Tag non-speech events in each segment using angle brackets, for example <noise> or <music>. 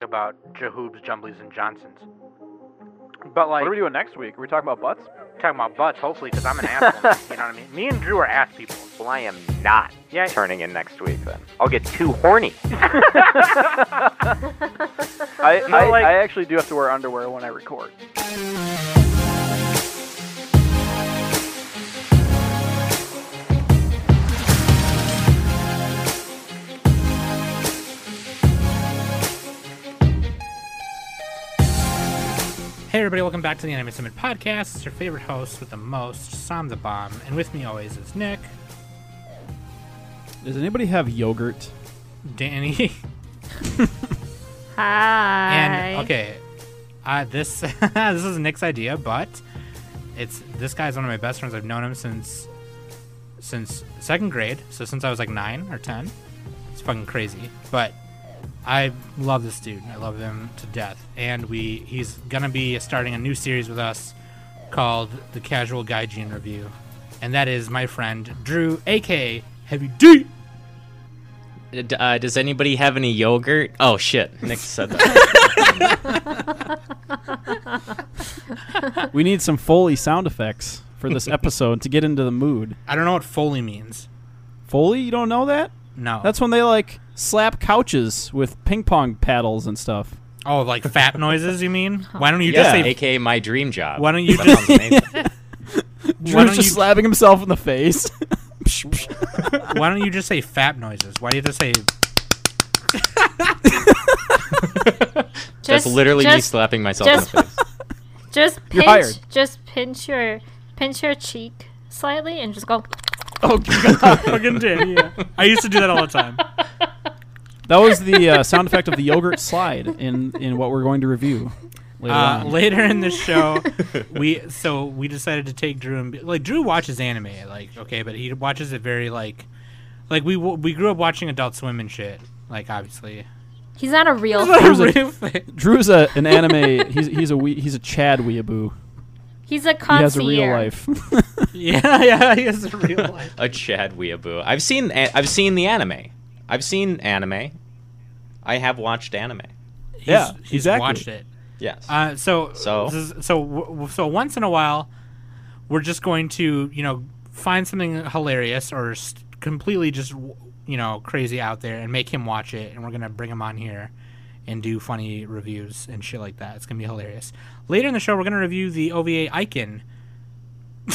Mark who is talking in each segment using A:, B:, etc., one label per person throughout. A: about Jahoobs, Jumblies, and Johnsons. But like,
B: What are we doing next week? Are we talking about butts?
A: talking about butts, hopefully, because I'm an
C: <laughs>
A: asshole. You know what I mean? Me and Drew are ass people.
C: Well, I am not
A: Yeah.
C: turning in next week then. I'll get too horny.
B: I,
A: No,
B: I,
A: like-
B: I actually do have to wear underwear when I record.
D: Hey everybody, welcome back to the Anime Summit Podcast. It's your favorite host with the most, Sam the Bomb, and with me always is Nick,
E: Does anybody have yogurt?
D: Danny, <laughs>
F: Hi.
D: and okay, uh, this <laughs> this is Nick's idea, but it's this guy's one of my best friends. I've known him since since second grade, so since I was like nine or ten. It's fucking crazy, but I love this dude. I love him to death, and we he's gonna be starting a new series with us called the Casual Gaijin Review, and that is my friend Drew, aka Heavy D.
G: D- Uh, does anybody have any yogurt? Oh shit, Nick said
D: <laughs>
G: that.
E: We need some Foley sound effects for
B: <laughs>
E: this episode to get into the mood.
D: I don't know what Foley means.
E: Foley, you don't know that?
D: No,
E: That's when they like slap couches with ping pong paddles and stuff.
D: Oh, like fat noises? You mean? Why don't you
G: yeah,
D: just say?
G: aka my dream job.
D: Why don't you
G: That
D: just- <laughs>
G: sounds amazing.
D: Why
E: Drew's
D: don't,
E: just
D: you,
E: slapping himself in the face. <laughs> Psh, psh.
D: why don't you just say fat noises? Why do you have to say?
G: That's
F: just,
G: literally me
F: just,
G: slapping myself
F: just-
G: in the face.
F: Just
E: You're
F: pinch,
E: hired.
F: just pinch your, pinch your cheek slightly, and just go.
E: oh
B: <laughs>
D: <laughs>
E: god.
D: Fucking I used to do that all the
E: <laughs>
D: time.
E: That was the uh, sound effect of the yogurt slide in in what we're going to review later
D: Uh,
E: on.
D: later in the show,
E: <laughs>
D: we so we decided to take Drew and be, like Drew watches anime, like okay, but he watches it very like, like we w- we grew up watching Adult Swim and shit, like obviously.
F: He's not
E: <laughs>
F: a real.
E: Drew's a-
D: Real thing.
E: Drew's a, an anime. He's he's a wee, he's a Chad weeaboo.
F: <laughs> He's a
E: He
F: concierge.
E: has a real life. <laughs>
D: yeah, yeah, he is a real life.
G: A Chad weeaboo. I've seen. a- I've seen the anime. I've seen anime. I have watched anime.
D: He's,
E: Yeah,
D: he's
E: exactly.
D: watched it.
G: Yes.
D: Uh, so
G: So?
D: this is- so w- w- so once in a while, we're just going to you know find something hilarious or s completely just w- you know crazy out there and make him watch it, and we're gonna bring him on here and do funny reviews and shit like that. It's gonna be hilarious. Later in the show, we're gonna review the OVA Icon. <laughs>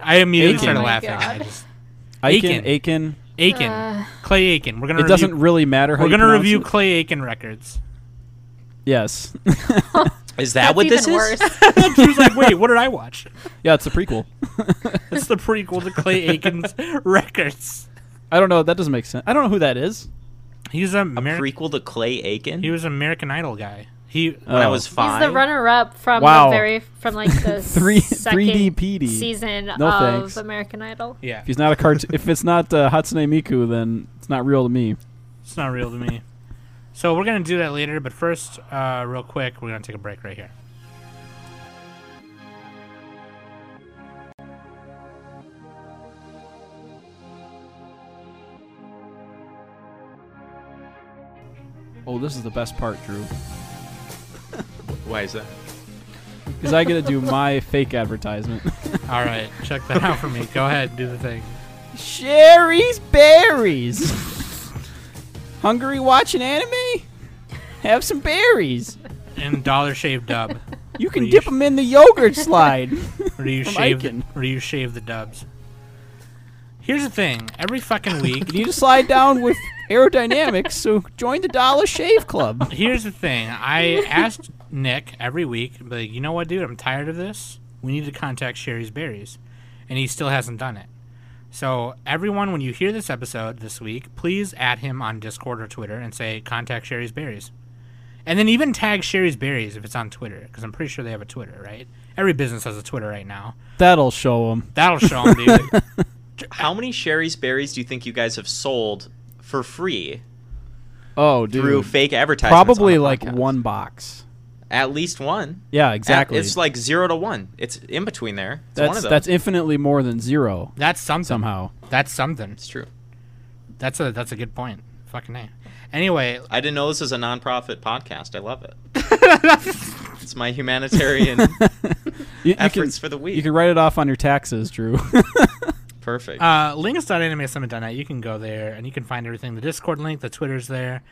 D: I immediately
E: Aiken.
D: started
E: Oh my
D: laughing. I
F: God.
D: just, Aiken.
E: Aiken, Aiken.
D: Aiken,
F: Uh.
D: Clay Aiken. We're gonna
E: It
D: review,
E: doesn't really matter how
D: we're
E: you
D: gonna
E: pronounce
D: review
E: it.
D: Clay Aiken records. <laughs>
E: Yes. <laughs>
G: is that what this
F: even
G: is? <laughs>
F: worse.
D: She was like, "Wait, what did I watch?"
E: yeah, it's a prequel.
D: It's the prequel to <laughs> Clay Aiken's records.
E: I don't know. That doesn't make sense. I don't know who that is.
D: He's a Ameri-
G: Prequel to Clay Aiken.
D: he was an American Idol guy. He
G: when I
E: Oh.
G: was
F: He's
G: five.
F: the runner-up from
E: Wow.
F: the very
E: <laughs>
F: from like the
E: Three-
F: second
E: 3DPD.
F: season
E: No
F: of
E: thanks.
F: American Idol.
D: yeah,
E: If he's not a cart, if it's not uh, Hatsune Miku, then it's not real to me.
D: it's not real to me. So we're gonna do that later, but first, uh, real quick, we're gonna take a break right here.
E: Oh, this is the best part, Drew,
G: Why is that?
E: because I get to do my <laughs> fake advertisement.
D: All right, check that out for me. Go ahead, do the thing.
E: Sherry's berries. Hungry watching anime? Have some berries.
D: And Dollar Shave Dub.
E: You
D: can dip
E: them in the yogurt slide.
D: Or do you
E: From
D: shave? The,
E: Aiken.
D: or do you shave the dubs? Here's the thing: every fucking week,
E: need to slide down with aerodynamics, so join the Dollar Shave Club.
D: Here's the thing. I asked Nick every week, like, you know what, dude? I'm tired of this. We need to contact Sherry's Berries. And he still hasn't done it. So, everyone, when you hear this episode this week, please add him on Discord or Twitter and say, contact Sherry's Berries. And then even tag Sherry's Berries if it's on Twitter, because I'm pretty sure they have a Twitter, right? Every business has a Twitter right now.
E: That'll show them.
D: That'll show them, dude.
G: How many Sherry's berries do you think you guys have sold for free
E: Oh, dude.
D: Hmm.
G: through fake advertisements? on
E: Probably
G: the
E: like
G: podcast?
E: one box.
G: At least one.
E: Yeah, exactly.
G: It's like zero to one. It's in between there. It's
E: that's
G: one of those.
E: that's infinitely more than zero
D: That's something.
E: somehow.
D: That's something.
G: it's true.
D: That's a that's a good point. Fucking name. Anyway,
G: I didn't know this was a nonprofit podcast. I love
E: <laughs>
G: it. it's my humanitarian
E: You, you can,
G: efforts for the week.
E: you can write it off on your taxes, Drew.
G: Perfect.
D: uh, lingus.animesummit.net. You can go there and you can find everything. The Discord link, the Twitter's there,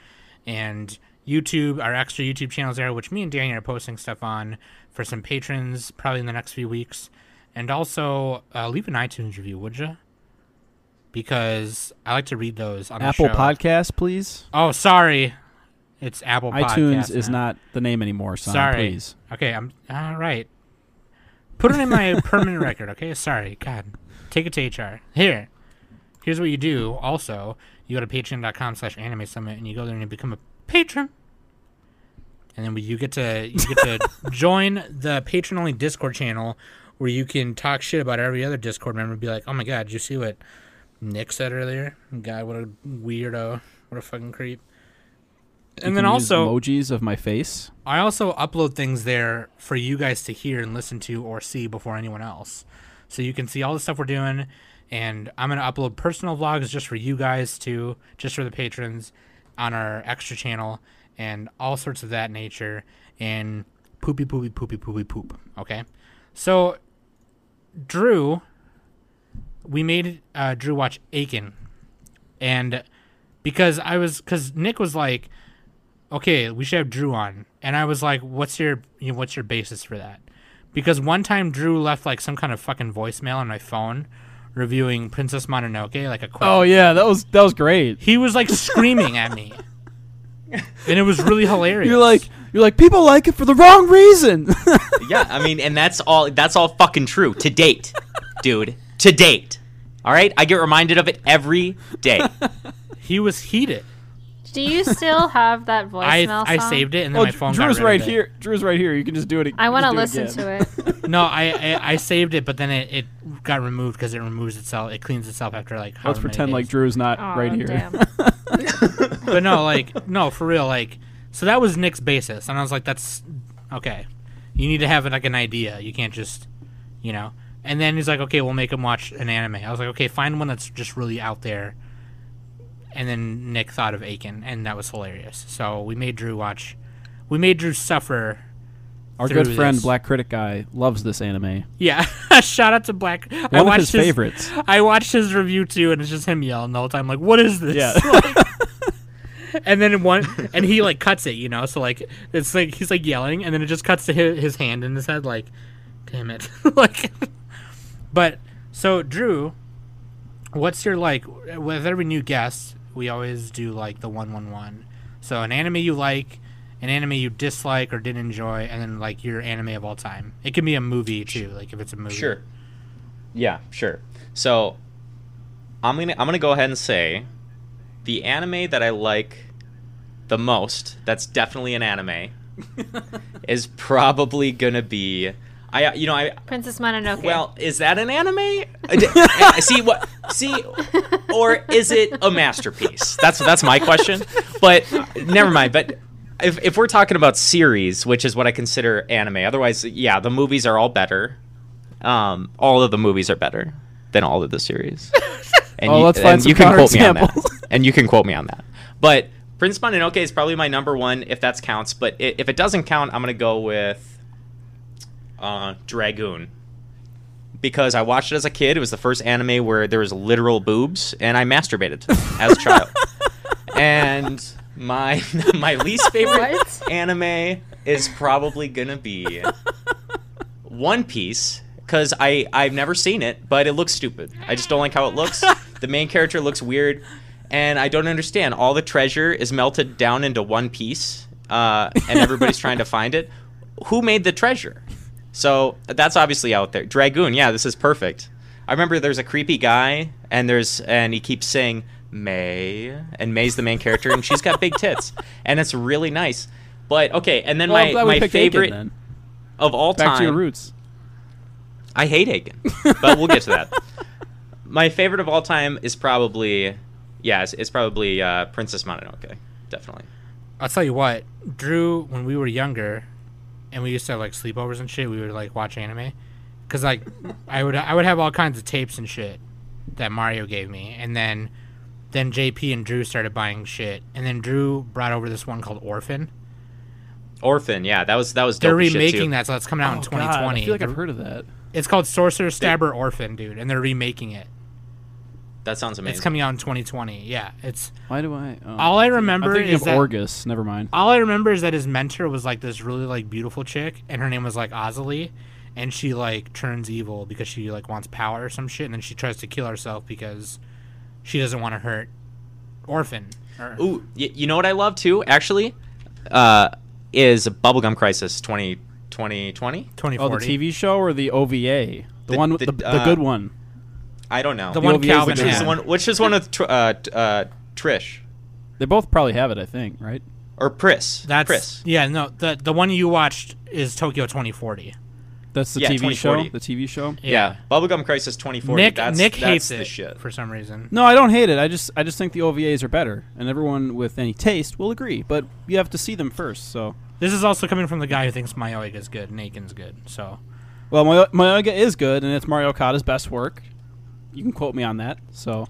D: and YouTube. Our extra YouTube channel's there, which me and Danny are posting stuff on for some patrons probably in the next few weeks. And also uh, leave an iTunes review, would you? Because I like to read those on
E: <laughs> Apple
D: the show.
E: Podcast, please.
D: Oh, sorry, it's Apple.
E: <laughs> iTunes
D: Podcast
E: is
D: now.
E: not the name anymore, son.
D: Sorry.
E: Please.
D: Okay, I'm all right. Put it in my
E: <laughs>
D: permanent record, okay? Sorry, God. Take it to HR. Here. Here's what you do also. You go to patreon.com slash anime summit and you go there and you become a patron. And then we- you get to you get to
E: <laughs>
D: join the patron only Discord channel where you can talk shit about every other Discord member and be like, Oh my god, did you see what Nick said earlier? God, what a weirdo. What a fucking creep.
E: You
D: And then
E: can use
D: also
E: emojis of my face.
D: I also upload things there for you guys to hear and listen to or see before anyone else. So you can see all the stuff we're doing, and I'm gonna upload personal vlogs just for you guys too, just for the patrons, on our extra channel and all sorts of that nature and poopy poopy poopy poopy poop. Okay, so Drew, we made uh, Drew watch Aiken, and because I was because Nick was like, okay, we should have Drew on. And I was like, what's your you know, what's your basis for that? Because one time Drew left like some kind of fucking voicemail on my phone reviewing Princess Mononoke, like a quick
E: Oh yeah, that was that was great.
D: He was like screaming at me. And it was really hilarious.
E: <laughs> You're like you're like people like it for the wrong reason. <laughs>
G: yeah, I mean, and that's all. That's all fucking true to date, dude. To date. All right, I get reminded of it every day.
D: he was heated.
F: Do you still
G: <laughs>
F: have that
D: I
F: voicemail?
D: I
F: song?
D: saved it and then
E: oh,
D: my phone got
E: Drew's
D: rid
E: right
D: of it.
E: here. Drew's right here. You can just do it.
F: I want to listen to it.
D: No, I, I I saved it, but then it, it got removed because it removes itself. It cleans itself after like.
E: Let's
D: however many
E: pretend like
D: days.
E: Drew's not
F: Aw,
E: <laughs> right here.
F: damn.
D: but no, like no, for real, like so that was Nick's basis, and I was like, that's okay. You need to have like an idea. You can't just, you know. And then he's like, okay, we'll make him watch an anime. I was like, okay, find one that's just really out there. And then Nick thought of Aiken, and that was hilarious. So we made Drew watch. We made Drew suffer.
E: <laughs> Our
D: through
E: good friend
D: this.
E: Black Critic Guy loves this anime.
D: Yeah, <laughs> shout out to Black. I
E: One of
D: watched
E: his favorites.
D: I watched his review too, and it's just him yelling the whole time, like, "What is this?" <laughs>
E: Yeah.
D: Like- and then one, and he like cuts it, you know. So like, it's like he's like yelling, and then it just cuts to his, his hand in his head, like, "Damn it!" <laughs> like, but so Drew, what's your like with every new guest? We always do like the one one one. So an anime you like. An anime you dislike or didn't enjoy, and then like your anime of all time. It can be a movie too, like if it's a movie.
G: Sure. Yeah, sure. So I'm gonna I'm gonna go ahead and say the anime that I like the most, that's definitely an anime, is probably gonna be I you know I
F: Princess Mononoke.
G: well is that an anime? I d- I- see what see or is it a masterpiece? That's that's my question. But never mind. But if if we're talking about series, which is what I consider anime, otherwise yeah, the movies are all better. Um, all of the movies are better than all of the series. And
E: Oh, let's find some <laughs>
G: on
E: counterexamples.
G: that. And you can quote me on that. But Prince Mononoke is probably my number one if that counts. But i if it doesn't count, I'm gonna go with uh, Dragoon because I watched it as a kid. It was the first anime where there was literal boobs, and I masturbated <laughs> to them as a child. and my <laughs> my least favorite
F: What?
G: anime is probably gonna be One Piece because I I've never seen it, but it looks stupid. I just don't like how it looks. the main character looks weird, and I don't understand. All the treasure is melted down into one piece, uh, and everybody's trying to find it. Who made the treasure? So that's obviously out there. Dragoon, yeah, this is perfect. I remember there's a creepy guy, and there's and he keeps saying May, and May's the main character, and she's got big tits, <laughs> and it's really nice. But okay, and then
E: Well, I'm
G: my
E: glad we
G: my
E: picked Aiken,
G: favorite
E: then.
G: of all
E: Back
G: time.
E: to your roots.
G: I hate Aiken, but we'll get to that. <laughs> My favorite of all time is probably, yeah, it's, it's probably uh, Princess Mononoke, definitely.
D: I'll tell you what, Drew, when we were younger, and we used to have like sleepovers and shit, we would like watch anime, cause
E: <laughs>
D: like I would I would have all kinds of tapes and shit that Mario gave me, and then then JP and Drew started buying shit, and then Drew brought over this one called Orphan.
G: Orphan, yeah, that was that was dope
D: They're
G: as shit, too.
D: remaking that, so that's coming out in
E: Oh, God,
D: 2020.
E: I feel like I've heard of that.
D: It's called Sorcerer Stabber Orphan, dude, and they're remaking it.
G: That sounds amazing.
D: It's coming out in 2020. Yeah, it's
E: Why do I? Oh.
D: all I
E: I'm
D: remember
E: thinking
D: is
E: of
D: that
E: Orgus. Never mind.
D: all I remember is that his mentor was like this really like beautiful chick, and her name was like Azalee, and she like turns evil because she like wants power or some shit, and then she tries to kill herself because she doesn't want to hurt Orphan. Or,
G: Ooh, Oh, y- you know what I love too, actually, uh, is Bubblegum Crisis 20, 2020?
D: 2040.
E: Oh, the TV show or the OVA? The,
G: The-
E: one with the,
G: the-
E: the,
G: uh,
E: good one.
G: I don't know.
D: The one
E: OVA is
D: Calvin
E: the
G: which is
D: had.
G: the one? Which is one with tr- uh, t- uh, Trish
E: They both probably have it, I think, right?
G: or Pris?
D: That's
G: Pris.
D: yeah. No, the the one you watched is Tokyo 2040.
E: That's the
G: Yeah,
E: TV show.
G: 2040.
E: The TV show.
G: Yeah. Bubblegum Crisis 2040.
D: Nick
G: that's,
D: Nick
G: that's
D: hates
G: the
D: it
G: shit.
D: for some reason.
E: No, I don't hate it. I just I just think the OVAs are better, and everyone with any taste will agree. But you have to see them first. So,
D: This is also coming from the guy who thinks Mayoiga is good, and Aiken's good. So
E: well, Mayo- Mayoga is good, and it's Mario Kata's best work. You can quote me on that. So,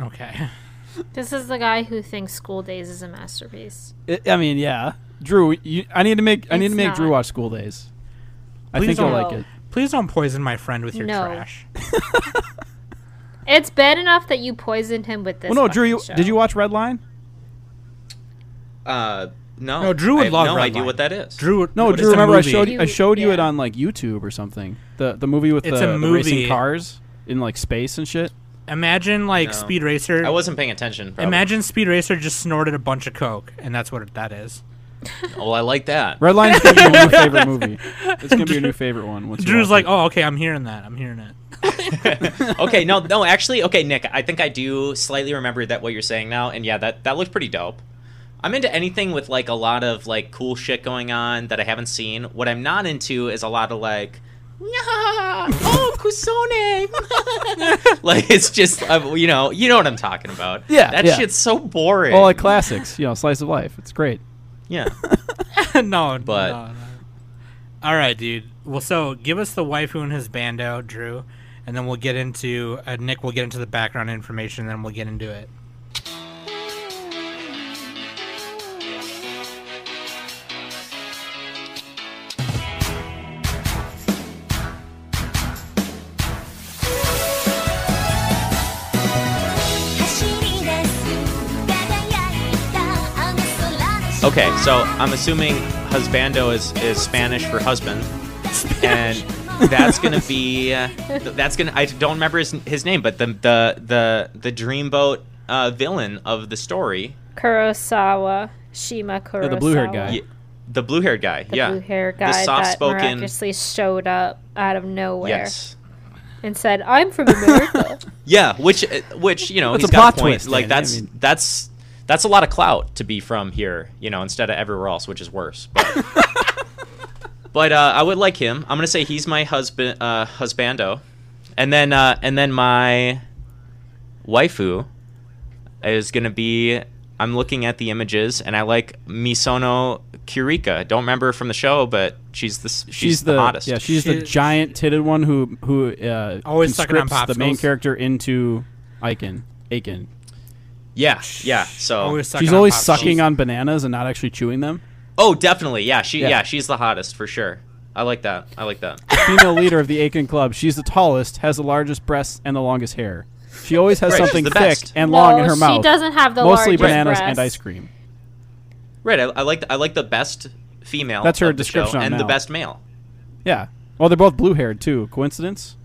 D: okay. <laughs>
F: This is the guy who thinks School Days is a masterpiece.
E: I I mean, yeah, Drew, you, I need to make I need
F: It's
E: to make Drew
F: not.
E: watch School Days. I
D: Please
E: think you'll
F: don't.
E: like it.
D: Please don't poison my friend with your
F: No.
D: trash.
F: It's bad enough that you poisoned him with this.
E: Well, no, Drew,
F: fucking
E: you,
F: show.
E: did you watch Red Line?
G: Uh, no.
D: No, Drew would
G: I have
D: love
G: no
D: Red
G: idea
D: Line.
G: what that is.
D: Drew,
E: No,
D: it's
E: Drew.
D: a
E: Remember, I
D: movie.
E: showed you, I
F: You-
E: showed you it
F: yeah.
E: on like YouTube or something. The the movie with
D: It's
E: the,
D: a
E: the racing
D: movie.
E: cars in like space and shit.
D: Imagine like
G: No.
D: Speed Racer.
G: I wasn't paying attention. Probably.
D: Imagine Speed Racer just snorted a bunch of coke, and that's what that is.
G: Well, I like that.
E: Red Line's gonna be
F: <laughs>
E: your new favorite movie. It's gonna be your new favorite one. Once you
D: Drew's like,
E: watch
D: "Oh, okay, I'm hearing that. I'm hearing it." <laughs>
G: okay, no, no, actually, okay, Nick, I think I do slightly remember that what you're saying now, and yeah, that that looked pretty dope. I'm into anything with like a lot of like cool shit going on that I haven't seen. What I'm not into is a lot of like, "Nyah! oh kusone, <laughs> like it's just uh, you know you know what I'm talking about.
E: Yeah,
G: that
E: yeah.
G: shit's so boring.
E: it. Well, like classics, you know, slice of life. It's great.
G: yeah,
D: no, <laughs>
G: But-
D: no, no. all right, dude. Well, so give us the waifu and his bando, Drew, and then we'll get into uh, Nick. We'll get into the background information, then we'll get into it.
G: okay. So I'm <laughs> assuming husbando is is Spanish for husband. and that's gonna be uh, th- that's gonna I don't remember his, his name, but the the the the dreamboat uh, villain of the story,
F: Kurosawa Shima Kurosawa?
E: Yeah, Oh, the blue-haired guy.
G: y- the blue haired guy,
F: The
G: yeah,
F: blue hair guy that
G: soft-spoken-
F: miraculously showed up out of nowhere
G: yes,
F: and said, "I'm from America."
G: yeah, which uh, which you know
E: That's
G: he's
E: a
G: got
E: plot
G: a point.
E: twist,
G: Like
E: Danny, I
G: that's
E: mean-
G: that's that's a lot of clout to be from here, you know, instead of everywhere else, which is worse.
E: <laughs>
G: But, but uh, I would like him. I'm gonna say he's my husband, uh, husbando, and then uh, and then my waifu is gonna be. I'm looking at the images, and I like Misono Kurika. Don't remember her from the show, but she's the s- she's, the, hottest.
E: yeah, she's the
D: She-
E: giant titted one who who uh,
D: Always sucking on
E: conscripts the main
D: popsicles.
E: character into Aiken. Aiken.
G: yeah, yeah. So
D: Always sucking
E: She's
D: on
E: always
D: popsicles.
E: sucking on bananas and not actually chewing them.
G: Oh, definitely. Yeah, she
E: Yeah.
G: yeah. she's the hottest for sure. I like that. I like that. <laughs>
E: Female leader of the Aiken Club. She's the tallest, has the largest breasts, and the longest hair. She always has
G: Right, she's
E: something
G: the
E: thick
G: best.
E: <laughs> and
F: no,
E: long in her
F: she
E: mouth.
F: doesn't have the
E: mostly
F: largest
E: bananas
F: breasts.
E: and ice
G: <laughs>
E: cream.
G: Right. I, I like I like the best female.
E: That's her
G: of the show
E: description on
G: and
E: now.
G: the best male.
E: Yeah. Well, they're both blue haired too. Coincidence?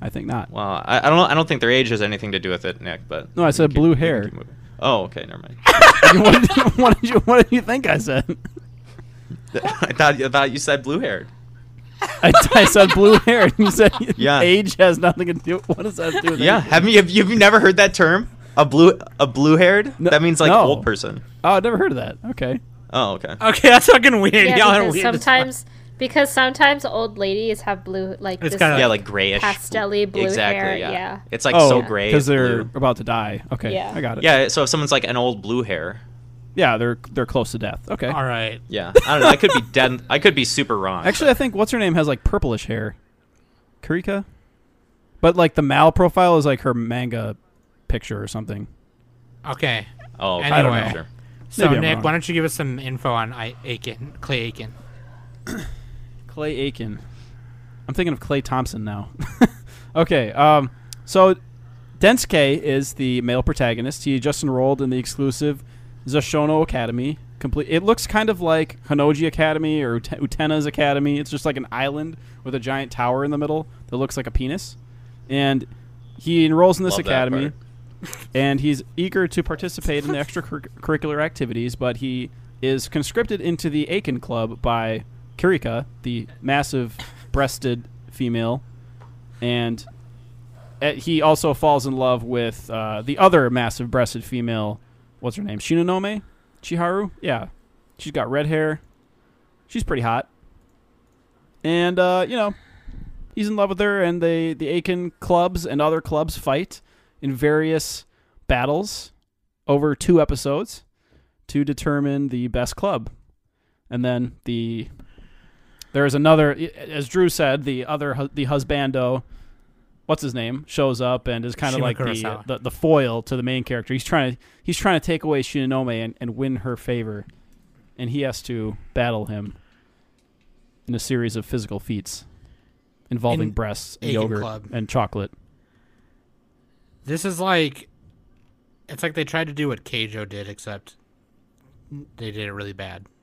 E: I think not.
G: Well, I, I don't know. I don't think their age has anything to do with it, Nick. But
E: No, I said
G: we can-
E: blue
G: we can
E: hair.
G: keep moving. Oh, okay. Never mind.
E: <laughs>
G: <laughs>
E: what, did you, what did you What did you think I said?
G: I thought I thought you said blue haired.
E: <laughs> I, I said blue hair, and you said
G: <laughs> Yeah.
E: age has nothing to do. What does that have to do with
G: Yeah.
E: age?
G: Have you have you've never heard that term? A blue a blue haired?
E: No-
G: that means like
E: no.
G: old person.
E: Oh, I've never heard of that. Okay.
G: Oh, okay.
F: Uh,
D: Okay, <laughs> that's fucking weird.
F: Yeah,
D: Y'all are
F: because
D: weird. as fuck.
F: sometimes because sometimes old ladies have blue like
D: It's
F: this
D: kinda-
G: yeah, like grayish.
F: pastelly blue
G: exactly.
F: hair.
G: yeah.
F: yeah.
G: It's like
E: oh,
G: so gray.
E: because they're
G: blue.
E: about to die. Okay.
F: Yeah.
E: I got it.
G: Yeah. So if someone's like an old blue hair.
E: Yeah. They're they're close to death. Okay.
D: All right.
G: Yeah. I don't know. I could be dead. I could be super wrong.
E: Actually, I think what's her name has like purplish hair, Karika, but like the Mal profile is like her manga picture or something.
D: Okay.
G: Oh, okay.
D: Anyway.
G: I'm sure.
D: So
E: Maybe I'm
D: Nick,
E: wrong.
D: why don't you give us some info on I- Aiken, Clay Aiken?
E: Clay Aiken. I'm thinking of Clay Thompson now. <laughs> okay, um, so Densuke is the male protagonist. He just enrolled in the exclusive Zashono Academy. Complete. It looks kind of like Hanoji Academy or Ute- Utena's Academy. It's just like an island with a giant tower in the middle that looks like a penis. And he enrolls in this
G: Love that
E: academy
G: part.
E: and he's eager to participate in the extracurricular activities, but he is conscripted into the Aiken Club by Kirika, the massive breasted female, and eh, he also falls in love with uh, the other massive breasted female. What's her name? Shinonome? Chiharu? Yeah. She's got red hair. She's pretty hot. And, uh, you know, he's in love with her, and they, the Aiken clubs and other clubs fight in various battles over two episodes to determine the best club. And then the there is another as Drew said, the other hu- the husbando what's his name shows up and is kind of
D: Shima
E: like the,
D: Kurosawa.
E: the the foil to the main character. He's trying to he's trying to take away Shinonome and, and win her favor. And he has to battle him in a series of physical feats involving
D: In
E: breasts, and
D: Aiken
E: yogurt,
D: Club.
E: and chocolate.
D: This is like, it's like they tried to do what Keijo did, except they did it really bad. <laughs>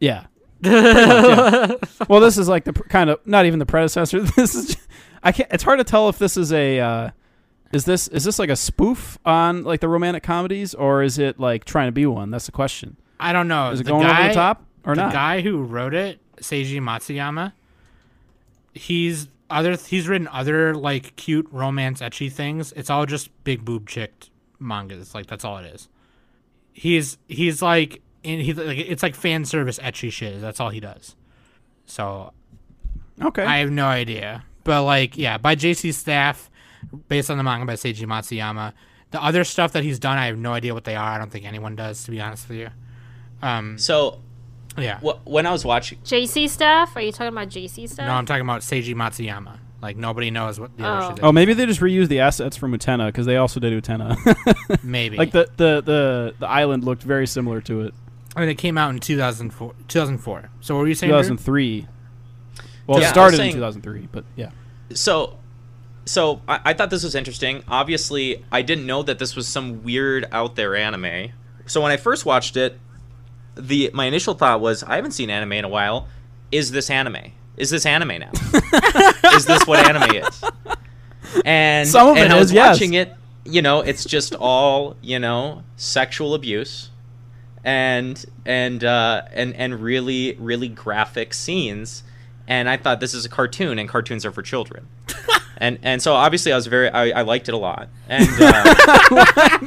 E: Yeah. Pretty much, yeah. Well, this is like the pr- kind of not even the predecessor. <laughs> This is ju- I can't. It's hard to tell if this is a uh, is this is this like a spoof on like the romantic comedies or is it like trying to be one? That's the question.
D: I don't know.
E: Is it
D: the
E: going
D: guy,
E: over the top or
D: the
E: not?
D: guy who wrote it, Seiji Matsuyama, he's other he's written other like cute romance etchy things. It's all just big boob chicked mangas. Like that's all it is. He's he's like in he like it's like fan service etchy shit. That's all he does. So
E: okay.
D: I have no idea. But like, yeah, by JC Staff, based on the manga by Seiji Matsuyama. The other stuff that he's done, I have no idea what they are. I don't think anyone does, to be honest with you. Um,
G: So
D: yeah.
G: wh- when I was watching,
F: JC staff? Are you talking about JC staff?
D: No, I'm talking about Seiji Matsuyama. Like nobody knows what the other
F: Oh.
D: shit is.
E: oh, maybe they just reused the assets from Utena because they also did Utena. <laughs>
D: maybe.
E: like the, the the the island looked very similar to it.
D: I mean, it came out in 2004. 2004. So what were you saying?
E: Two
D: Drew?
E: thousand three. Well, it
G: Yeah, I was
E: started
G: saying-
E: in two thousand three, but yeah.
G: so so I, I thought this was interesting obviously i didn't know that this was some weird out there anime so when i first watched it the my initial thought was i haven't seen anime in a while is this anime is this anime now is this what anime is and
E: Some of
G: and
E: it
G: i was
E: is, yes.
G: watching it you know it's just all you know sexual abuse and and uh, and and really really graphic scenes and i thought this is a cartoon and cartoons are
E: <laughs>
G: for children and and so obviously i was very i, I liked it a lot
E: <laughs>
G: and uh,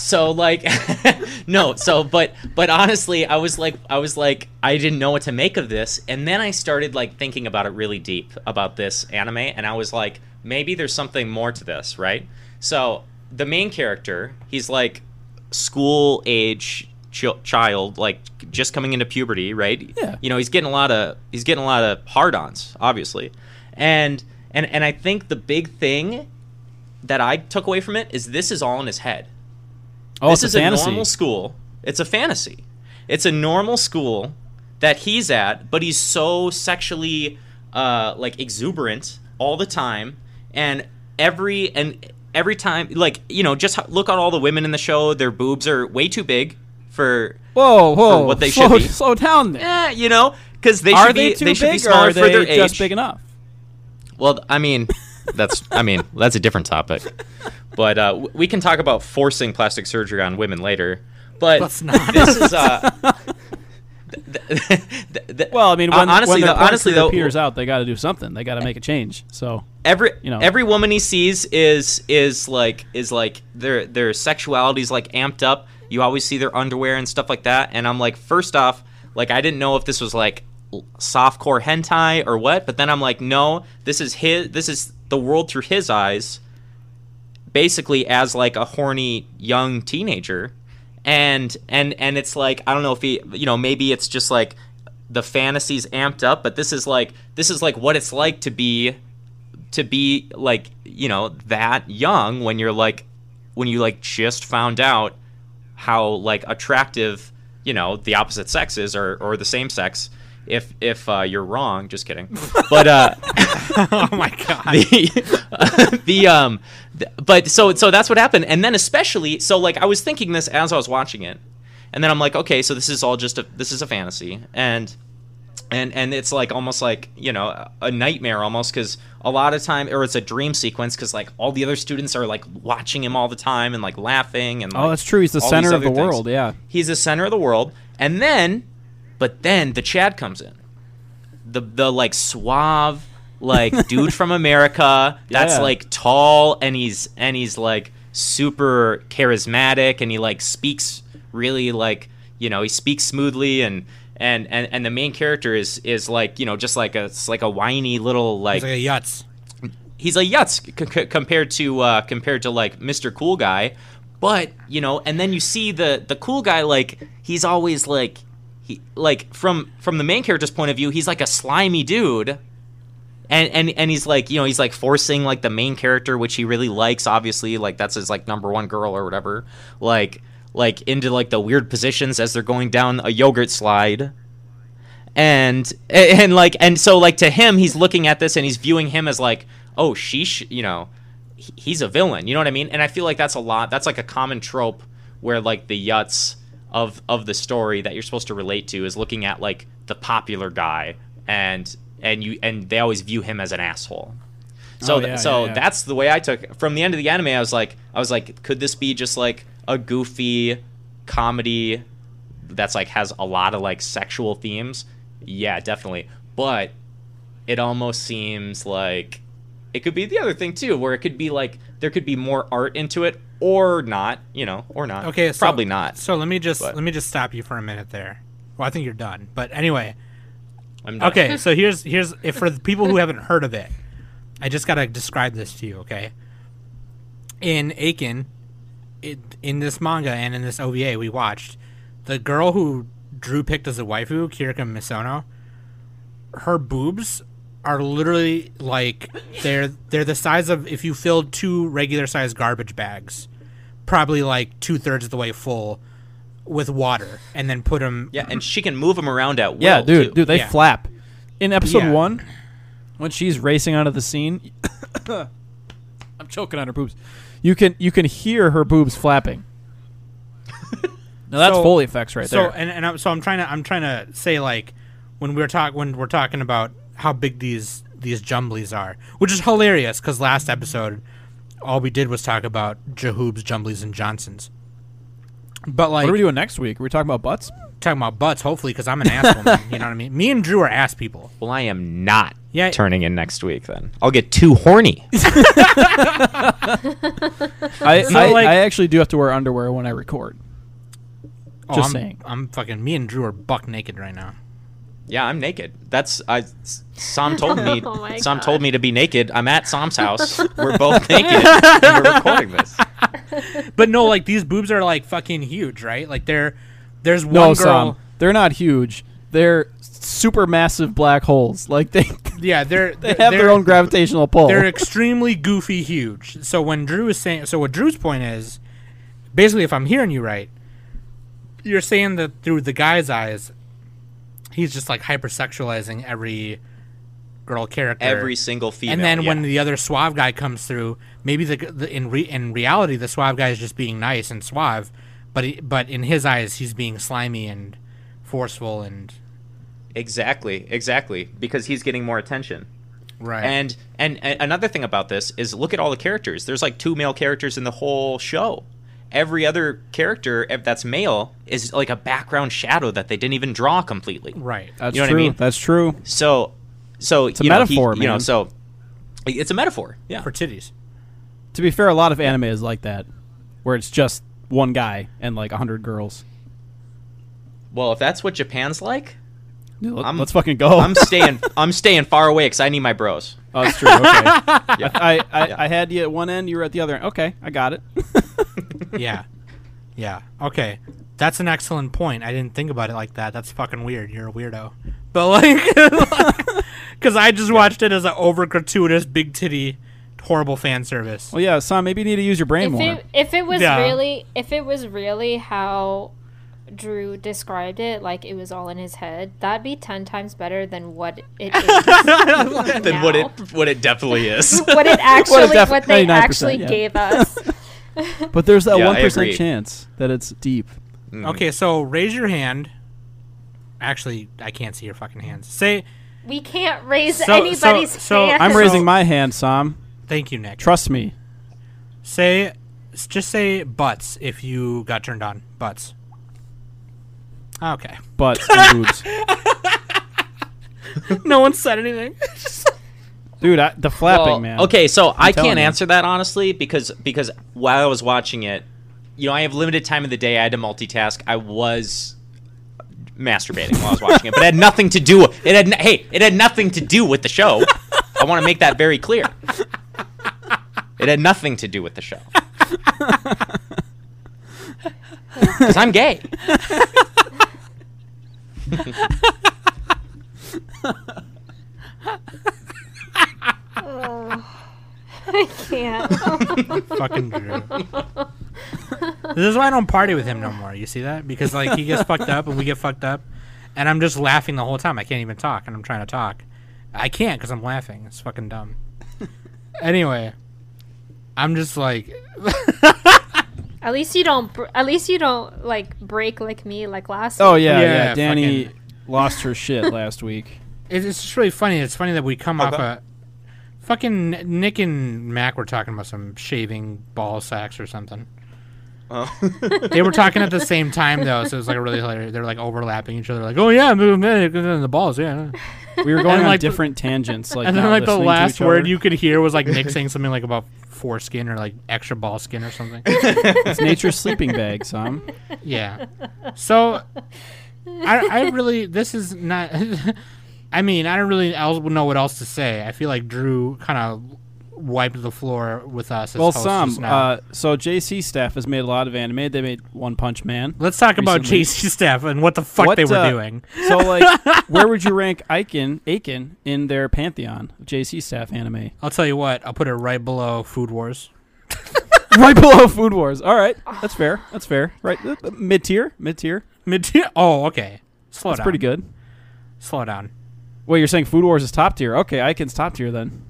G: so like <laughs> no so but but honestly i was like i was like i didn't know what to make of this and then i started like thinking about it really deep about this anime and i was like maybe there's something more to this right so the main character he's like school age ch- child like just coming into puberty right
E: Yeah.
G: you know he's getting a lot of he's getting a lot of hard-ons obviously and and and i think the big thing that i took away from it is this is all in his head
E: Oh,
G: this
E: it's
G: is
E: a
G: a
E: fantasy.
G: normal school. It's a fantasy. It's a normal school that he's at, but he's so sexually uh, like exuberant all the time, and every and every time, like you know, just h- look at all the women in the show. Their boobs are way too big for
E: whoa, whoa!
G: what they
E: slow,
G: should
E: <laughs>
G: be.
E: slow down there.
G: eh, you know, because they
E: are
G: should
E: they
G: be
E: too
G: they
E: big
G: should be
E: or
G: smaller
E: are
G: for
E: they
G: their
E: just
G: age.
E: big enough?
G: Well, I mean, that's I mean that's a different topic, but uh, w- we can talk about forcing plastic surgery on women later. But
D: Let's not.
G: this is uh. th- th- th- <laughs> th-
E: Well, I mean,
G: uh,
E: when, when
G: honestly, though, honestly though,
E: peers out, they got to do something. They got to make a change. So
G: every
E: you know.
G: every woman he sees is is like is like their their sexuality is like amped up. You always see their underwear and stuff like that, and I'm like, first off, like I didn't know if this was like l- softcore hentai or what, but then I'm like, no, this is his, this is the world through his eyes, basically as like a horny young teenager, and and and it's like I don't know if he, you know, maybe it's just like the fantasies amped up, but this is like this is like what it's like to be to be like you know that young when you're like when you like just found out how like attractive you know the opposite sex is or, or the same sex if if uh, you're wrong just kidding but uh
D: oh my god.
G: <laughs> the, <laughs> the um th- but so so that's what happened and then especially so like i was thinking this as i was watching it and then i'm like okay so this is all just a this is a fantasy and and and it's like almost like you know a nightmare almost because a lot of time or it's a dream sequence because like all the other students are like watching him all the time and like laughing and
E: Oh,
G: like,
E: that's true. He's the
G: all these
E: center of the
G: other things.
E: world. Yeah.
G: He's the center of the world. And then, but then the Chad comes in. The the like suave,
E: <laughs>
G: like dude from America that's
E: Yeah.
G: like tall and he's and he's like super charismatic and he like speaks really like you know, he speaks smoothly and and, and, and the main character is, is like you know just like a it's like a whiny little
D: He's
G: like
D: like a yutz.
G: he's like yutz c- c- compared to uh, compared to like Mr. Cool Guy, but you know, and then you see the the cool guy like he's always like he like from from the main character's point of view he's like a slimy dude. And, and, and he's like you know he's like forcing like the main character which he really likes obviously like that's his like number one girl or whatever like like into like the weird positions as they're going down a yogurt slide and and like and so like to him he's looking at this and he's viewing him as like oh she sh-, you know he- he's a villain you know what i mean and i feel like that's a lot that's like a common trope where like the yuts of of the story that you're supposed to relate to is looking at like the popular guy and and you and they always view him as an asshole so
E: Oh,
G: th-
E: yeah,
G: so
E: yeah, yeah.
G: that's the way i took from the end of the anime i was like i was like could this be just like a goofy comedy that's like has a lot of like sexual themes yeah definitely but it almost seems like it could be the other thing too where it could be like there could be more art into it or not you know or not
D: Okay, so,
G: probably not
D: So let me just
G: But-
D: let me just stop you for a minute there. Well, I think you're done. But anyway,
G: I'm
D: <laughs>
G: done.
D: okay. So here's here's if for the people who haven't heard of it, I just gotta describe this to you. Okay. In Aiken, it, in this manga and in this OVA we watched, the girl who Drew picked as a waifu, Kirika Misono, her boobs are literally like they're they're the size of if you filled two regular sized garbage bags, probably like two thirds of the way full, with water, and then put them
G: yeah and she can move him around at will
E: Yeah, dude.
G: too.
E: Dude, they
D: Yeah.
E: flap. In episode
D: Yeah.
E: one, when she's racing onto the scene, <coughs> I'm choking on her boobs. You can you can hear her boobs
G: <laughs>
E: flapping. now that's
D: So-
E: Foley effects right
D: so
E: there.
D: and, and I'm, so I'm trying to I'm trying to say like when we're talk when we're talking about how big these these jumblies are, which is hilarious because last episode all we did was talk about Jahoob's jumblies and Johnsons. But like
E: what are we doing next week? Are we talking about butts?
D: talking about butts, hopefully, because I'm an asshole. man, you know what I mean? Me and Drew are ass people.
G: well i am not
D: Yeah.
G: turning in next week then i'll get
D: <laughs>
G: too horny
E: I, I,
D: like-
E: I actually do have to wear underwear when I record.
D: Oh,
E: Just
D: I'm,
E: saying.
D: I'm fucking. Me and Drew are buck naked right now.
G: yeah i'm naked that's i Sam told me
F: <laughs> Oh my
G: Sam
F: God.
G: told me to be naked. I'm at Sam's house.
F: <laughs>
G: We're both naked. and we're recording this.
D: But no, like these boobs are like fucking huge, right? Like they're there's one
E: No,
D: girl.
E: Sam, they're not huge. They're super massive black holes. <laughs> Like they
D: Yeah, they're
E: <laughs> they have their own gravitational pull.
G: Oh. <laughs>
D: They're extremely goofy huge. So when Drew is saying, so what Drew's point is, basically, if I'm hearing you right, you're saying that through the guy's eyes, he's just like hypersexualizing every girl character.
G: Every single female.
D: and then
G: yeah.
D: when the other suave guy comes through, maybe the, the in re, in reality the suave guy is just being nice and suave, but he, but in his eyes he's being slimy and forceful and
G: Exactly, exactly, because he's getting more attention.
D: right.
G: And, and and another thing about this is look at all the characters. There's like two male characters in the whole show. Every other character if that's male is like a background shadow that they didn't even draw completely.
D: right. Uh,
E: that's
G: you know what I
E: true.
G: mean?
E: That's true.
G: So so
E: a
G: you know, he-
E: metaphor,
G: you know,
E: man.
G: so it's a metaphor. Yeah.
D: for titties.
E: To be fair, a lot of anime is like that, where it's just one guy and like a hundred girls.
G: Well, if that's what Japan's like,
E: Dude, let,
G: I'm-
E: us fucking go. <laughs>
D: <laughs>
G: I'm staying I'm staying far away cuz I need my bros.
E: oh, that's true.
G: <laughs>
E: Okay. I, I, I had you at one end, you were at the other end. Okay, I got it.
D: yeah. Yeah. Okay. That's an excellent point. I didn't think about it like that. That's fucking weird. You're a weirdo. <laughs> But like, because I just watched it as an over gratuitous big titty horrible fan service.
E: <laughs> Well, yeah, Sam, maybe you need to use your brain
F: if
E: more.
F: it, if it was
D: Yeah.
F: really if it was really how Drew described it, like it was all in his head, that'd be ten times better than what
G: <laughs>
F: it is.
G: than what it what it
D: <laughs>
G: definitely is.
E: <laughs>
F: what it actually what,
E: def-
F: they
E: 99%,
F: actually
E: yeah. <laughs>
F: gave us.
E: but there's that
G: Yeah, I
E: one percent
G: agree.
E: chance that it's deep.
D: Okay, so raise your hand. Actually, I can't see your fucking hands. Say
F: We can't raise
D: So- so-
F: anybody's
D: so
F: hand.
E: I'm
D: So-
E: raising my hand, Sam.
D: thank you, Nick.
E: Trust me.
D: Say s- just say butts if you got turned on. Butts. Okay.
E: Butts
D: <laughs>
E: and boobs.
D: no one said anything.
E: Dude, I, the flapping,
G: Well,
E: man.
G: Okay, so I
E: telling
G: can't
E: you.
G: answer that honestly because because while I was watching it, you know, I have limited time in the day. I had to multitask. I was masturbating while I was watching it, but it had nothing to do. It had n- hey, it had nothing to do with the show. I want to make that very clear. It had nothing to do with the show.
E: <laughs>
G: Because I'm gay.
F: I can't. <laughs>
D: fucking Drew. <laughs> this is why I don't party with him no more. You see that? Because like he gets fucked up and we get fucked up, and I'm just laughing the whole time. I can't even talk, and I'm trying to talk. I can't because I'm laughing. It's fucking dumb. anyway, I'm just like,
F: at least you don't. Br- at least you don't like break like me like last.
E: Oh yeah,
D: Yeah,
E: yeah. Danny
D: <laughs>
E: lost her shit last week.
D: it's, it's just really funny. It's funny that we come off a fucking Nick and Mac were talking about some shaving ball sacks or something. <laughs> they were talking at the same time though, so it was like really hilarious. They're like overlapping each other, like, "Oh yeah, the balls, yeah."
E: We were going on
D: like, the-
E: different tangents,
D: <laughs>
E: like
D: and
E: not
D: then like the
E: listening to
D: last
E: each other.
D: word you could hear was like Nick saying something like about foreskin or like extra ball skin or something.
E: It's nature's sleeping
D: <laughs>
E: bag, Sam.
D: yeah. So I I really this is not <laughs> I mean, I don't really else know what else to say. I feel like Drew kind of wiped the floor with us as
E: Well,
D: hosts just
E: Sam.
D: now.
E: Uh, so JC staff has made a lot of anime. They made One Punch Man.
D: Let's talk about <laughs>
E: recently-
D: JC Staff and what the fuck
E: What,
D: they were
E: uh,
D: doing. <laughs>
E: So like, where would you rank Aiken Aiken in their pantheon of JC staff anime?
D: I'll tell you what, I'll put it right below Food Wars. <laughs>
E: <laughs> right below Food Wars. All right, that's fair. That's fair. Right, Uh, mid tier, mid tier.
D: Mid Oh, okay. Slow
E: That's
D: down.
E: pretty good.
D: Slow down.
E: Wait, you're saying Food Wars is top tier? Okay, Aiken's top tier then.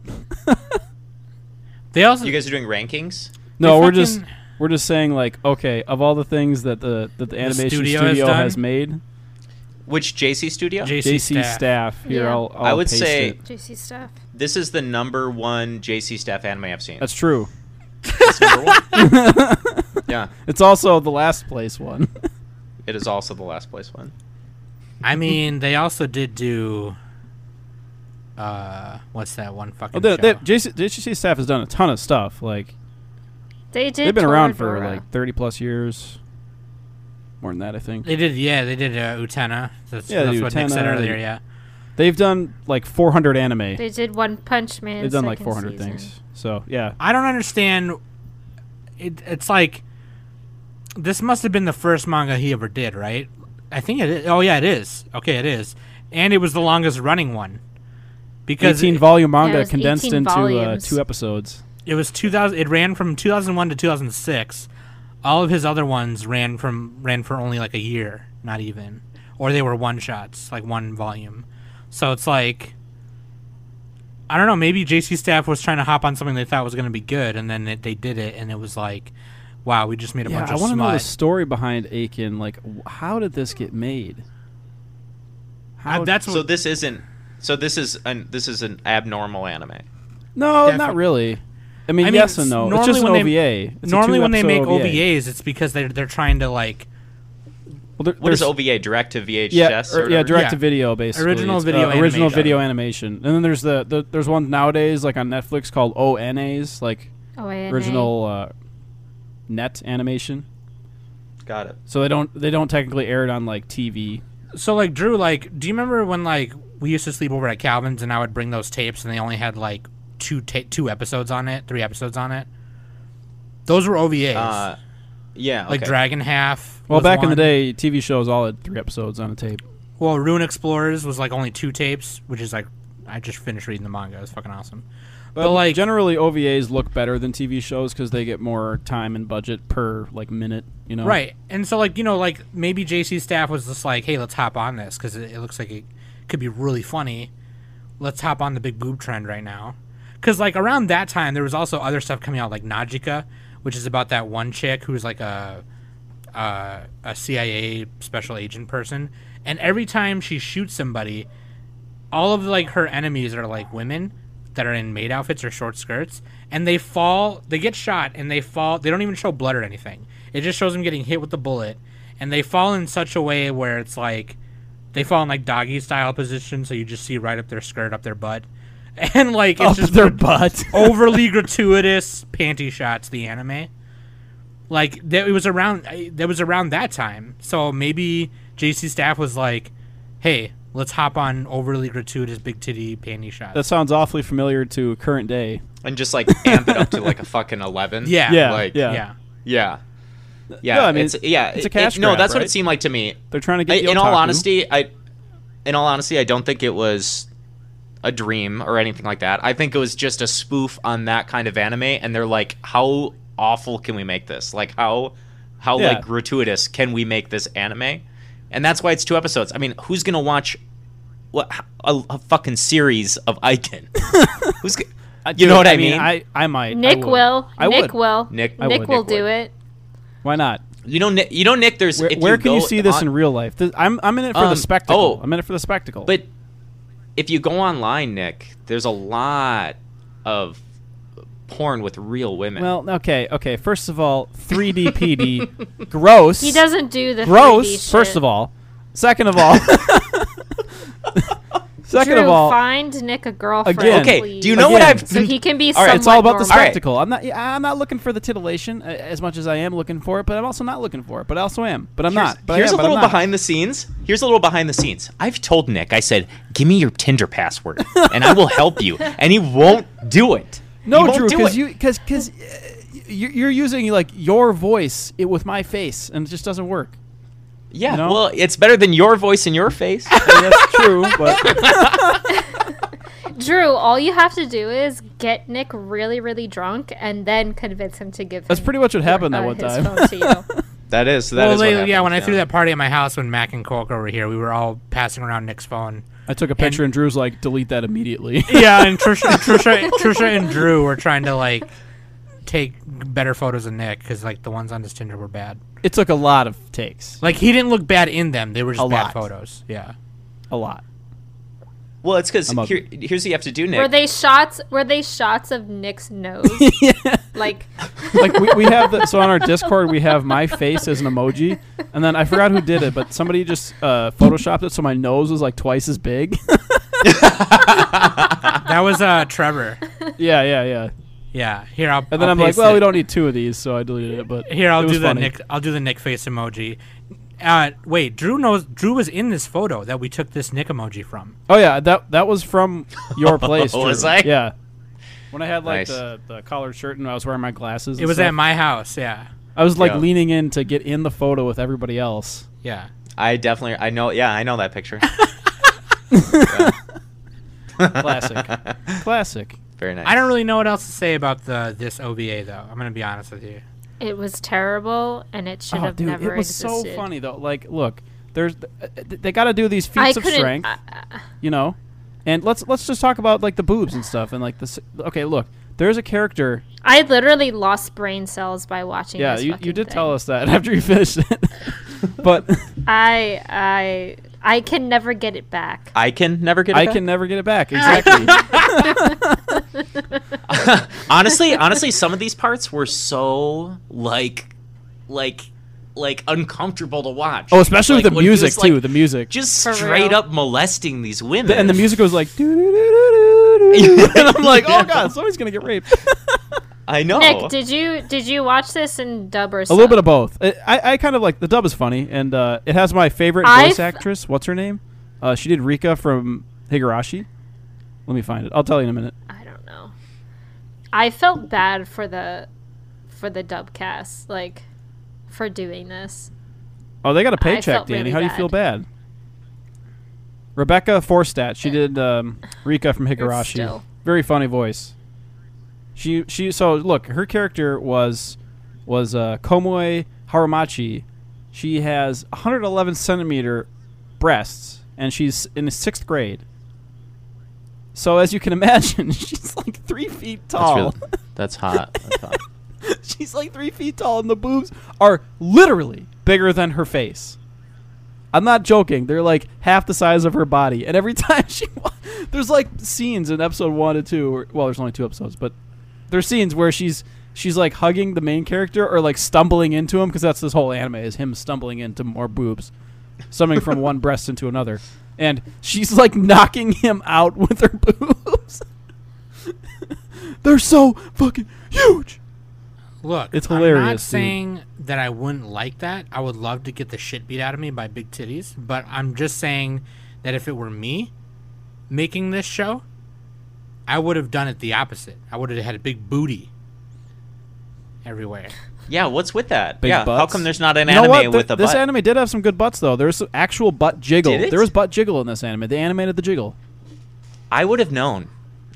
D: They also
G: You guys are doing rankings.
E: No,
D: They
E: we're just
D: fucking-
E: we're just saying like, okay, of all the things that the that the animation
D: studio
E: studio,
D: has
E: has,
D: done?
E: made,
G: Which JC studio?
D: JC,
E: JC
D: Staff.
E: staff here.
F: Yeah.
E: I'll, I'll
G: I would
E: paste
G: say-
E: it.
F: juicy stuff.
G: this is the number one JC staff anime I've seen.
E: that's true.
G: It's number one.
E: <laughs>
G: yeah,
E: It's also the last place <laughs> one.
G: it is also the last place one.
D: I mean, they also did do. Uh, what's that one fucking
E: the,
D: show?
E: the JC, JC staff has done a ton of stuff. Like
F: They did.
E: they've been around for
F: Toradora.
E: like thirty plus years, more than that, I think.
D: They did, yeah, they did uh, Utena. That's,
E: Yeah,
D: that's
E: the
D: what Nick said
E: Utena,
D: earlier.
E: the-
D: Yeah,
E: They've done like four hundred anime.
F: They did One Punch Man.
E: They've done like
F: second
E: 400
F: season.
E: things. So yeah,
D: I don't understand. It, it's like this must have been the first manga he ever did, right? I think it. Is. Oh yeah, it is. Okay, it is, and it was the longest running one because
E: 18
D: it,
E: volume manga
F: was 18
E: condensed into uh,
F: volumes.
E: two episodes.
D: it was 2000. It ran from 2001 to 2006. All of his other ones ran from ran for only like a year, not even, or they were one shots, like one volume. So it's like, I don't know. Maybe JC Staff was trying to hop on something they thought was going to be good, and then it, they did it, and it was like, wow, we just made a
E: Yeah,
D: bunch
E: I
D: of
E: want to know the
D: smut.
E: story behind Aiken. Like, wh- how did this get made?
D: I, that's
G: So
D: what,
G: this isn't. So this is an this is an abnormal anime.
E: No,
D: Defi-
E: not really. I mean,
D: I mean,
E: yes and
D: s-
E: no. It's
D: normally
E: just an
D: when
E: OVA.
D: they-
E: It's a
D: normally when they make
E: two-episode OVA.
D: OVAs, it's because they're they're trying to like
E: well, there-
G: What is
E: there's-
G: OVA? Direct to VHS?
E: Yeah, or-
G: or
E: yeah,
G: whatever?
E: direct
D: Yeah.
E: to video basically.
D: Original
E: It's,
D: video
E: uh, original
D: animation.
E: video animation. And then there's the, the there's one nowadays like on Netflix called ONAs, like
F: Oh, ANA.
E: original uh, net animation.
G: Got it.
E: So they don't they don't technically air it on like TV.
D: So like Drew, like, do you remember when like we used to sleep over at Calvin's and I would bring those tapes and they only had like two ta- two episodes on it, three episodes on it. Those were OVAs,
G: Uh, yeah.
D: like
G: okay.
D: Dragon Half.
E: Well,
D: was
E: back in the
D: one.
E: day, TV shows all had three episodes on a tape.
D: Well, Rune Explorers was like only two tapes, which is like I just finished reading the manga. It's fucking awesome.
E: But, like generally OVAs look better than TV shows because they get more time and budget per like minute. You know,
D: Right. And so, like, you know, like maybe JC staff was just like, hey, let's hop on this because it, it looks like it could be really funny. Let's hop on the big boob trend right now. Because, like, around that time, there was also other stuff coming out, like Najika, which is about that one chick who's like a, a, a CIA special agent person. And every time she shoots somebody, all of like her enemies are like women that are in maid outfits or short skirts and they fall they get shot and they fall they don't even show blood or anything it just shows them getting hit with the bullet and they fall in such a way where it's like they fall in like doggy style position so you just see right up their skirt up their butt <laughs> and like it's
E: Up
D: just
E: <laughs> their butt.
D: overly gratuitous panty shots the anime like that it was around I- that was around that time so maybe jc staff was like hey let's hop on overly gratuitous big titty panty shots
E: that sounds awfully familiar to current day.
G: and just like amp it up to like a fucking eleven.
D: <laughs> yeah
E: Yeah,
G: like-
E: yeah.
D: yeah,
G: yeah, yeah.
E: No, I mean,
G: it's, yeah,
E: it's a
G: it-
E: cash
G: it- no,
E: grab,
G: that's what
E: right?
G: it seemed like to me.
E: They're trying to
G: I,
E: get the
G: in all
E: otaku. <laughs>
G: honesty, I, in all honesty, I don't think it was a dream or anything like that. I think it was just a spoof on that kind of anime, and they're like, how awful can we make this? Like how, how
E: Yeah.
G: like gratuitous can we make this anime? And that's why it's two episodes. I mean, who's gonna watch what a, a fucking series of Iken?
E: <laughs>
G: who's g- you know what I mean?
E: Uh, I I might. I
F: Nick
E: would.
F: will.
E: I would.
F: Nick will.
G: Nick- I
F: Nick
E: would.
F: will
G: Nick
F: do
G: would.
F: it.
E: Why not?
G: you know, Nick, you know, Nick. There's
E: Where,
G: if
E: where can you
G: go
E: see this
G: on-
E: in real life? This, I'm I'm in it for the
G: Um,
E: spectacle.
G: oh.
E: I'm in it for the spectacle.
G: But if you go online, Nick, there's a lot of porn with real women.
E: well, okay, okay. First of all, 3D PD, <laughs> gross.
F: He doesn't do the
E: gross. First of all, second of all, <laughs> second of all,
F: find Nick a girlfriend.
E: Again.
G: okay,
F: please.
G: do you know what
E: Again.
G: I've?
F: So
G: <laughs>
F: he can be.
G: All right,
E: it's all about the
F: somewhat normal.
E: spectacle. I'm not. yeah, I'm not looking for the titillation uh, as much as I am looking for it, but I'm also not looking for it. But I also am. But I'm not. But I
G: Here's
E: am,
G: a
E: but I'm
G: little
E: not.
G: behind the scenes. Here's a little behind the scenes. I've told Nick. I said, "Give me your Tinder password, and I will help you." And he won't do it. He
E: No,
G: won't
E: Drew,
G: do
E: because
G: it.
E: you because because you're, you're using like your voice it, with my face, and it just doesn't work.
G: Yeah,
E: know?
G: well, it's better than your voice in your face.
E: I mean, that's
G: <laughs>
E: true, but
F: Drew, all you have to do is get Nick really, really drunk, and then convince him to give.
E: that's
F: him
E: pretty much what happened that
F: uh,
E: one
F: his
E: time.
F: phone
E: <laughs>
F: to you.
G: that is. That
D: well
G: is what
D: they- yeah
G: happens,
D: when i threw that party at my house when mac and cork were here we were all passing around nick's phone
E: I took a picture, and, Drew's like, "Delete that immediately." <laughs>
D: yeah and trisha <laughs> trisha trisha and drew were trying to like take better photos of nick because like the ones on his tinder were bad
E: it took a lot of takes,
D: like he didn't look bad in them they were just
E: A
D: bad
E: lot.
D: photos yeah
E: a lot.
G: Well, it's because
E: I'm up.
G: here, here's what you have to do, Nick.
F: Were they shots? Were they shots of
E: <laughs>
F: Nick's nose? Like,
E: like we, we have the, so on our discord we have my face as an emoji and then i forgot who did it but somebody just uh, photoshopped it so my nose was like twice as big <laughs>
D: that was uh trevor
E: yeah yeah yeah
D: yeah here i'll
E: and then i
D: I'll
E: am like
D: paste
E: well
D: it.
E: we don't need two of these so i deleted it but
D: Here, I'll
E: it
D: do
E: was
D: the
E: funny.
D: Nick. I'll do the Nick face emoji. Uh, wait, Drew knows. Drew was in this photo that we took this Nick emoji from.
E: oh yeah that that was from
D: <laughs> Oh,
E: your place Drew.
G: Was I?
E: yeah when i had like
G: Nice.
E: the, the collared shirt and i was wearing my glasses
D: It
E: and
D: was
E: stuff,
D: at my house. Yeah,
E: i was like
G: Yeah.
E: leaning in to get in the photo with everybody else
D: yeah.
G: I definitely. I know. Yeah, I know that picture. <laughs>
E: classic classic
G: Very nice.
D: I don't really know what else to say about the this OVA though. I'm gonna be honest with you.
F: it was terrible, and it should
E: oh
F: have
E: dude
F: never
E: it was
F: existed.
E: so funny though like look there's uh, they got to do these
F: I
E: feats of
F: couldn't. uh,
E: strength
F: I-
E: you know and let's let's just talk about like the boobs and stuff and like this okay look there's a character
F: I literally lost brain cells by watching.
E: yeah
F: this
E: you, you
F: fucking
E: did
F: thing.
E: tell us that <laughs> after you finished it but
F: I I I can never get
E: <laughs>
F: it back. <laughs>
G: I can never get. It
E: i
G: back.
E: can never get it back exactly
G: <laughs> honestly, honestly, some of these parts were so like, like, like uncomfortable to watch.
E: oh especially
G: Like,
E: with the
G: when he was,
E: music
G: like,
E: too the music
G: just
F: For
G: straight
F: real.
G: up molesting these women.
E: The-
G: <laughs>
E: and the music goes like <laughs> doo doo doo doo doo and i'm like oh
G: Yeah.
E: god somebody's gonna get raped <laughs>
G: I know.
F: Nick, did you did you watch this in dub or
E: Oh. a little bit of both I, I, I kind of like the dub is funny and uh, it has my favorite
F: I
E: voice
F: f-
E: actress what's her name uh, she did rika from higurashi let me find it i'll tell you in a minute
F: I don't know. I felt bad for the for the dub cast, like for doing this.
E: Oh, they got a
F: I
E: paycheck,
F: felt
E: Danny.
F: really
E: How do you
F: bad.
E: feel bad? Rebecca Forstat. She did um, Rika from Higurashi.
F: still-
E: Very funny voice. She she so look, her character was was uh, Komoe Haramachi. She has 111 centimeter breasts, and she's in the sixth grade. So as you can <laughs> imagine, she's like three feet
G: That's,
E: tall. <laughs>
G: really, that's hot. That's hot.
E: She's like three feet tall, and the boobs are literally bigger than her face. I'm not joking. They're like half the size of her body. And every <laughs> time she, wa- there's like scenes in episode one and two. Or, well, there's only two episodes, but there's scenes where she's she's like hugging the main character or like stumbling into him because that's this whole anime is him stumbling into more boobs, stumbling from one breast into another, and she's like knocking him out with her <laughs> boobs. They're so fucking huge.
D: Look,
E: It's
D: I'm not
E: hilarious, dude.
D: saying that I wouldn't like that. I would love to get the shit beat out of me by big titties, but I'm just saying that if it were me making this show, I would have done it the opposite. I would have had a big booty everywhere.
G: Yeah, what's with that?
E: Big
G: yeah, how
E: butts?
G: come there's not an
E: You know
G: anime
E: what? Th-
G: with a
E: this
G: butt?
E: anime did have some good butts though. There's actual butt jiggle.
G: Did it?
E: There was butt jiggle in this anime. They animated the jiggle.
G: I would have known.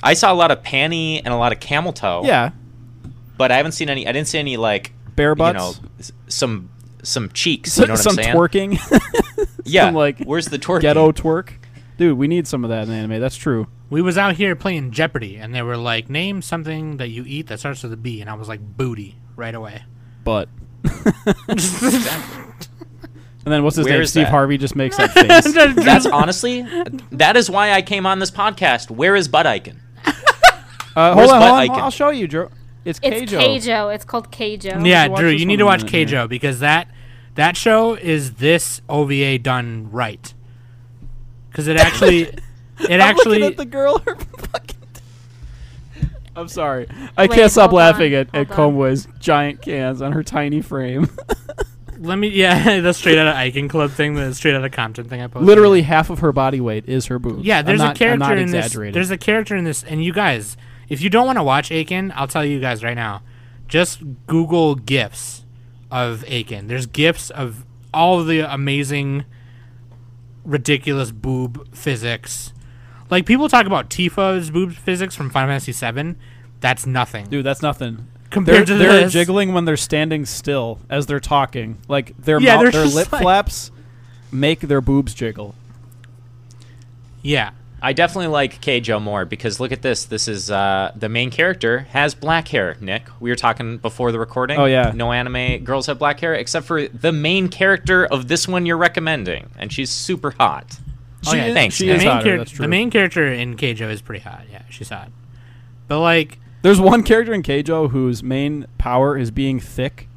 G: I saw a lot of panty and a lot of camel toe.
E: Yeah,
G: but I haven't seen any. I didn't see any like
E: bare
G: you
E: butts.
G: know s- some some cheeks.
E: So-
G: You know what
E: some
G: I'm saying?
E: twerking.
G: <laughs>
E: <laughs>
G: Yeah,
E: some, like
G: where's the twerking?
E: ghetto twerk. Dude, we need some of that in anime. That's true.
D: We was out here playing Jeopardy, and they were like, "Name something that you eat that starts with a B," and I was like, "Booty," right away.
E: But and then what's his
G: Where
E: name?
G: is
E: Steve
G: that?
E: Harvey just makes
G: <laughs>
E: that face. Uh,
G: That's honestly, that is why I came on this podcast. Where is Butt Icon?
E: Uh, hold
G: Where's
E: on,
G: butt
E: hold on.
G: icon?
E: I'll show you, Drew. It's
F: It's
E: Keijo.
F: Keijo. It's called Keijo.
D: yeah,
E: watch
D: Drew,
E: this
D: you need
E: one
D: to
E: in a
D: watch
E: minute
D: Keijo
E: here.
D: because that that show is this OVA done right. Because it actually, it
E: <laughs> I'm looking
D: actually,
E: at the girl. Her <laughs> fucking. I'm sorry. I
F: Wait,
E: can't stop
F: hold on,
E: laughing at, at
F: hold on.
E: Conway's giant cans on her tiny frame.
D: let me, <laughs> yeah, the straight out of Icon Club thing, the straight out of Compton thing I posted.
E: Literally half of her body weight is her boobs.
D: yeah.
E: I'm
D: There's
E: not-
D: a
E: I'm
D: character
E: not
D: in this.
E: exaggerating.
D: There's a character in this, and you guys, if you don't want to watch Aiken, I'll tell you guys right now, just Google gifs of Aiken. There's gifs of all the amazing, ridiculous boob physics. Like people talk about Tifa's boob physics from Final Fantasy VII. That's nothing
E: Dude, that's nothing. They're,
D: compared to
E: they're
D: this.
E: jiggling when they're standing still as they're talking. Like their
D: Yeah,
E: mouth,
D: they're
E: their
D: just
E: lip
D: like-
E: flaps make their boobs jiggle.
D: Yeah,
G: I definitely like Keijo more because look at this. This is uh, the main character has black hair. Nick, we were talking before the recording.
E: Oh, yeah.
G: no anime girls have black hair except for the main character of this one you're recommending, and she's super hot.
D: Oh, yeah,
E: is-
G: thanks,
E: She
D: the
E: is
D: main,
E: hotter,
D: char-
E: that's true.
D: the main character in Keijo is pretty hot. Yeah, she's hot. But like,
E: There's one character in Keijo whose main power is being thick.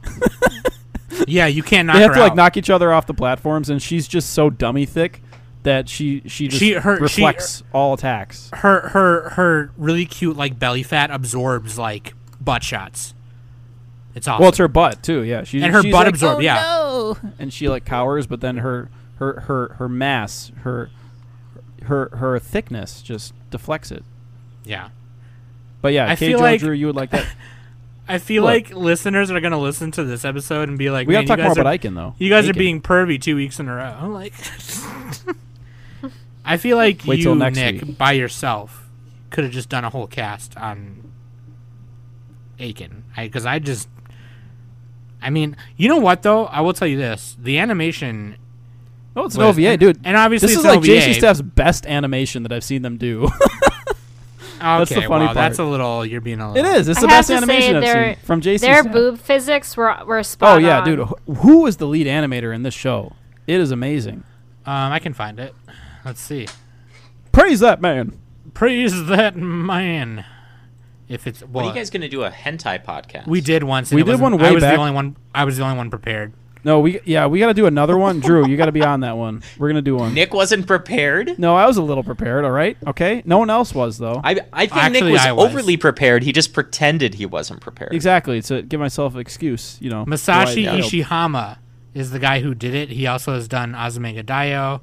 D: yeah, you can't knock
E: They have
D: her
E: to like
D: out.
E: knock each other off the platforms, and she's just so dummy thick that she she just
D: She- her- she-
E: reflects all attacks.
D: her her her really cute like belly fat absorbs like butt shots. It's awesome.
E: Well, it's her butt too. Yeah, she
D: and her
E: she's
D: butt
E: like, "Oh,
D: absorbed. yeah,
E: and she like cowers, but then her her her her mass her her her thickness just deflects it.
D: yeah.
E: But yeah,
D: I
E: Keijo,
D: feel like-
E: Drew, you would
D: <laughs>
E: like that.
D: I feel
E: Look.
D: like listeners are gonna listen to this episode and be like,
E: We
D: "Man,
E: gotta talk
D: you
E: more
D: guys
E: about
D: are,
E: Aiken though.
D: You guys
E: Aiken.
D: are being pervy two weeks in a row." <laughs> I'm like, I feel like
E: Wait
D: you,
E: till next
D: Nick,
E: week.
D: by yourself, could have just done a whole cast on Aiken. Because I just, I mean, you know what though? I will tell you this: the animation
E: Oh, it's an
D: was-
E: OVA,
D: and-
E: dude.
D: And obviously,
E: this is
D: it's an
E: like JC
D: OVA.
E: Staff's best animation that I've seen
D: <laughs>
E: them do.
D: Okay,
E: That's the funny
D: wow, that's a
E: part.
D: little. You're being a
E: it
D: little.
E: is. It's
F: I
E: the
F: have
E: best
F: to say
E: animation I've
F: their-
E: seen from JC
F: Their
E: Staff.
F: boob physics were were spot
E: oh yeah,
F: on.
E: dude. Wh- Who is the lead animator in this show? It is amazing.
D: Um, I can find it. Let's see.
E: Praise that man.
D: Praise that man. If it's
G: When
D: well,
G: are you guys gonna do a hentai podcast?
D: we did once. and
E: We
D: it
E: did
D: wasn't-
E: one
D: I
E: way
D: was
E: back.
D: the only one. I was the only one prepared.
E: No, we yeah, we gotta do another one. Drew, you gotta be on that one. We're gonna do
D: <laughs>
E: one.
G: Nick wasn't prepared.
E: No, I was a little prepared. All right, okay. No one else was though.
G: I, I think
D: Actually,
G: Nick was,
D: I was.
G: overly prepared. He just pretended he wasn't prepared.
E: exactly to give myself an excuse. You know,
D: Masashi
E: why I-
D: Ishihama is the guy who did it. He also has done Azumanga Daioh,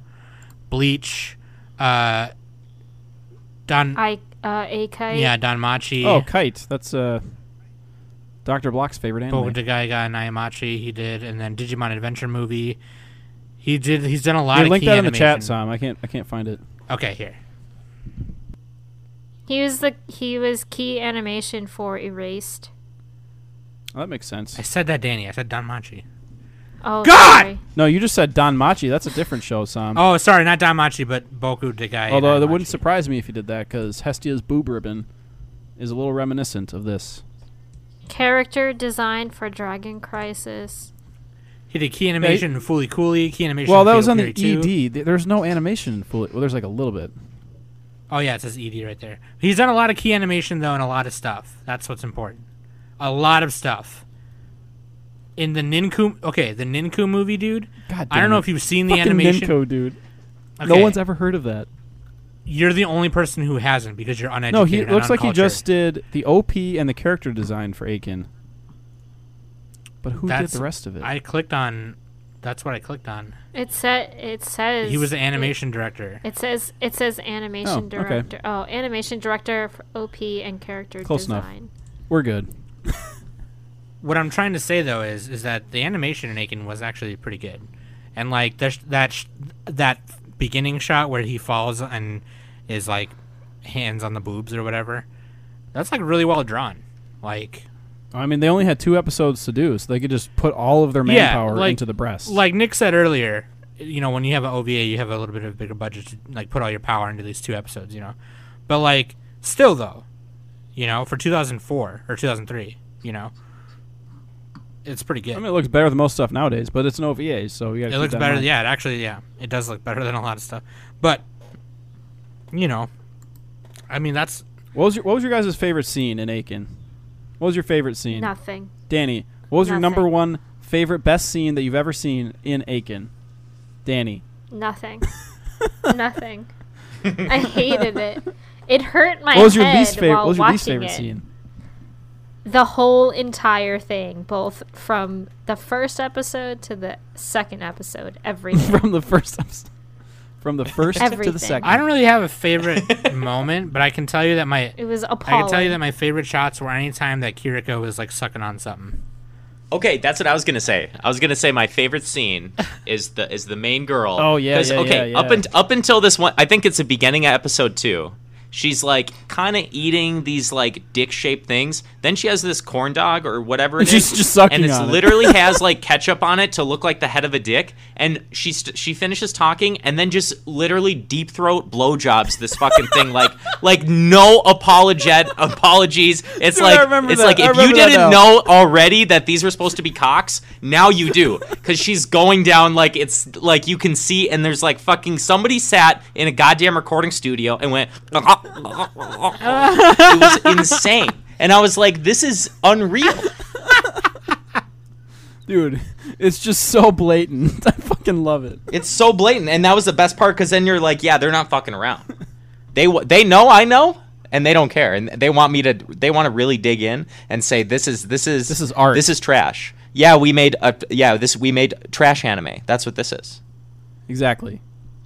D: Bleach, uh, Don.
F: I uh, Akai.
D: yeah, Don Machi.
E: Oh, kite. That's uh, Doctor Block's favorite anime.
D: Bogudagaiga Nayamachi. He did, and then Digimon Adventure movie. He did. He's done a lot
E: Hey,
D: of
E: link
D: key
E: that in the chat,
D: animation.
E: Sam. I can't. I can't find it.
D: Okay, here.
F: He was the he was key animation for Erased.
E: Oh, that makes sense.
D: I said that, Danny. I said Don Machi.
F: Oh
D: God!
F: sorry.
E: No, you just said Don Machi. That's a different show, Sam.
D: Oh, sorry, not Don Machi, but Boku the guy.
E: Although
D: Don
E: that wouldn't
D: Machi.
E: surprise me if you did that, because Hestia's boob ribbon is a little reminiscent of this.
F: Character design for Dragon Crisis.
D: He did key animation and Foolie Cooley, key animation.
E: Well,
D: in
E: that
D: Fatal
E: was on the E
D: Fury 2.
E: ED. Th- There's no animation. Fully. Well, there's like a little bit.
D: Oh yeah, it says ED right there. He's done a lot of key animation though, and a lot of stuff. That's what's important. A lot of stuff. In the Ninku, okay, the Ninku movie, dude.
E: God
D: I don't
E: damn
D: know
E: it.
D: if you've seen the
E: Fucking
D: animation.
E: Ninko, dude. No
D: Okay,
E: one's ever heard of that.
D: You're the only person who hasn't because you're uneducated.
E: No, he
D: and
E: looks like he
D: uncultured.
E: just did the OP and the character design for Aiken. But who
D: That's-
E: did the rest of it?
D: I clicked on. That's what I clicked on.
F: It said it says
D: He was the animation director.
F: It, it says it says animation
E: Oh, okay.
F: director. Oh, animation director for OP and character
E: Close enough.
F: design.
E: We're good.
D: what I'm trying to say though is is that the animation in Aiken was actually pretty good, and like there's that sh- that beginning shot where he falls and is like hands on the boobs or whatever, that's like really well drawn. Like
E: I mean, they only had two episodes to do, so they could just put all of their manpower
D: like-
E: into the breast.
D: like Nick said earlier, you know when you have an OVA, you have a little bit of a bigger budget to like put all your power into these two episodes, you know, but like still though, you know for 2004 or 2003, you know, it's pretty good.
E: I mean, it looks better than most stuff nowadays, but it's an OVA, so you got.
D: It looks better. Yeah, it actually, yeah, it does look better <laughs> than a lot of stuff. But you know, I mean, that's
E: What was your What was your guys' favorite scene in Aiken? What was your favorite scene?
F: Nothing.
E: Danny, what was your number
F: Nothing.
E: one favorite best scene that you've ever seen in Aiken? Danny, <laughs>
F: Nothing. <laughs> Nothing. I hated it. It hurt my
E: what was your
F: head
E: least favorite?
F: while
E: What was your
F: watching
E: least favorite
F: it.
E: scene? <laughs>
F: The whole entire thing, both from the first episode to the second episode, everything.
E: <laughs> from the first episode. From the first to
F: Everything.
E: the second.
D: I don't really have a
E: <laughs>
D: favorite moment, but I can tell you that my
F: it was
D: I
F: appalling.
D: can tell you that my favorite shots were any time that Kiriko was like sucking on something.
G: Okay, that's what I was gonna say. I was gonna say my
E: <laughs>
G: favorite scene is the is the main girl.
E: Oh, yeah,
G: 'Cause,
E: yeah,
G: okay,
E: yeah,
G: up
E: yeah.
G: and up until this one, I think it's the beginning of episode two. She's like kind of eating these like dick shaped things. Then she has this corn dog or whatever.
E: <laughs>
G: it
E: She's
G: is,
E: just sucking
G: and it's
E: on it. <laughs>
G: literally has like ketchup on it to look like the head of a dick. And she st- she finishes talking and then just literally deep throat blowjobs this fucking
E: <laughs>
G: thing like like no apologet apologies. It's
E: Dude, I
G: like
E: remember
G: it's
E: that.
G: like
E: I
G: if you
E: remember that now.
G: didn't know know already that these were supposed to be cocks. Now
E: <laughs>
G: you do, because she's going down like it's like you can see, and there's like fucking somebody sat in a goddamn recording studio and went. <laughs> it was insane, and I was like, this is unreal.
E: Dude, it's just so blatant. <laughs> I fucking love it.
G: It's so blatant, and that was the best part, because then you're like, yeah, they're not fucking around.
E: <laughs>
G: They wa- they know I know. And they don't care, and they want me to. They want to really dig in and say, "This is this is
E: This is art.
G: This is trash." Yeah, we made a yeah. This we made trash anime. That's what this is.
E: Exactly.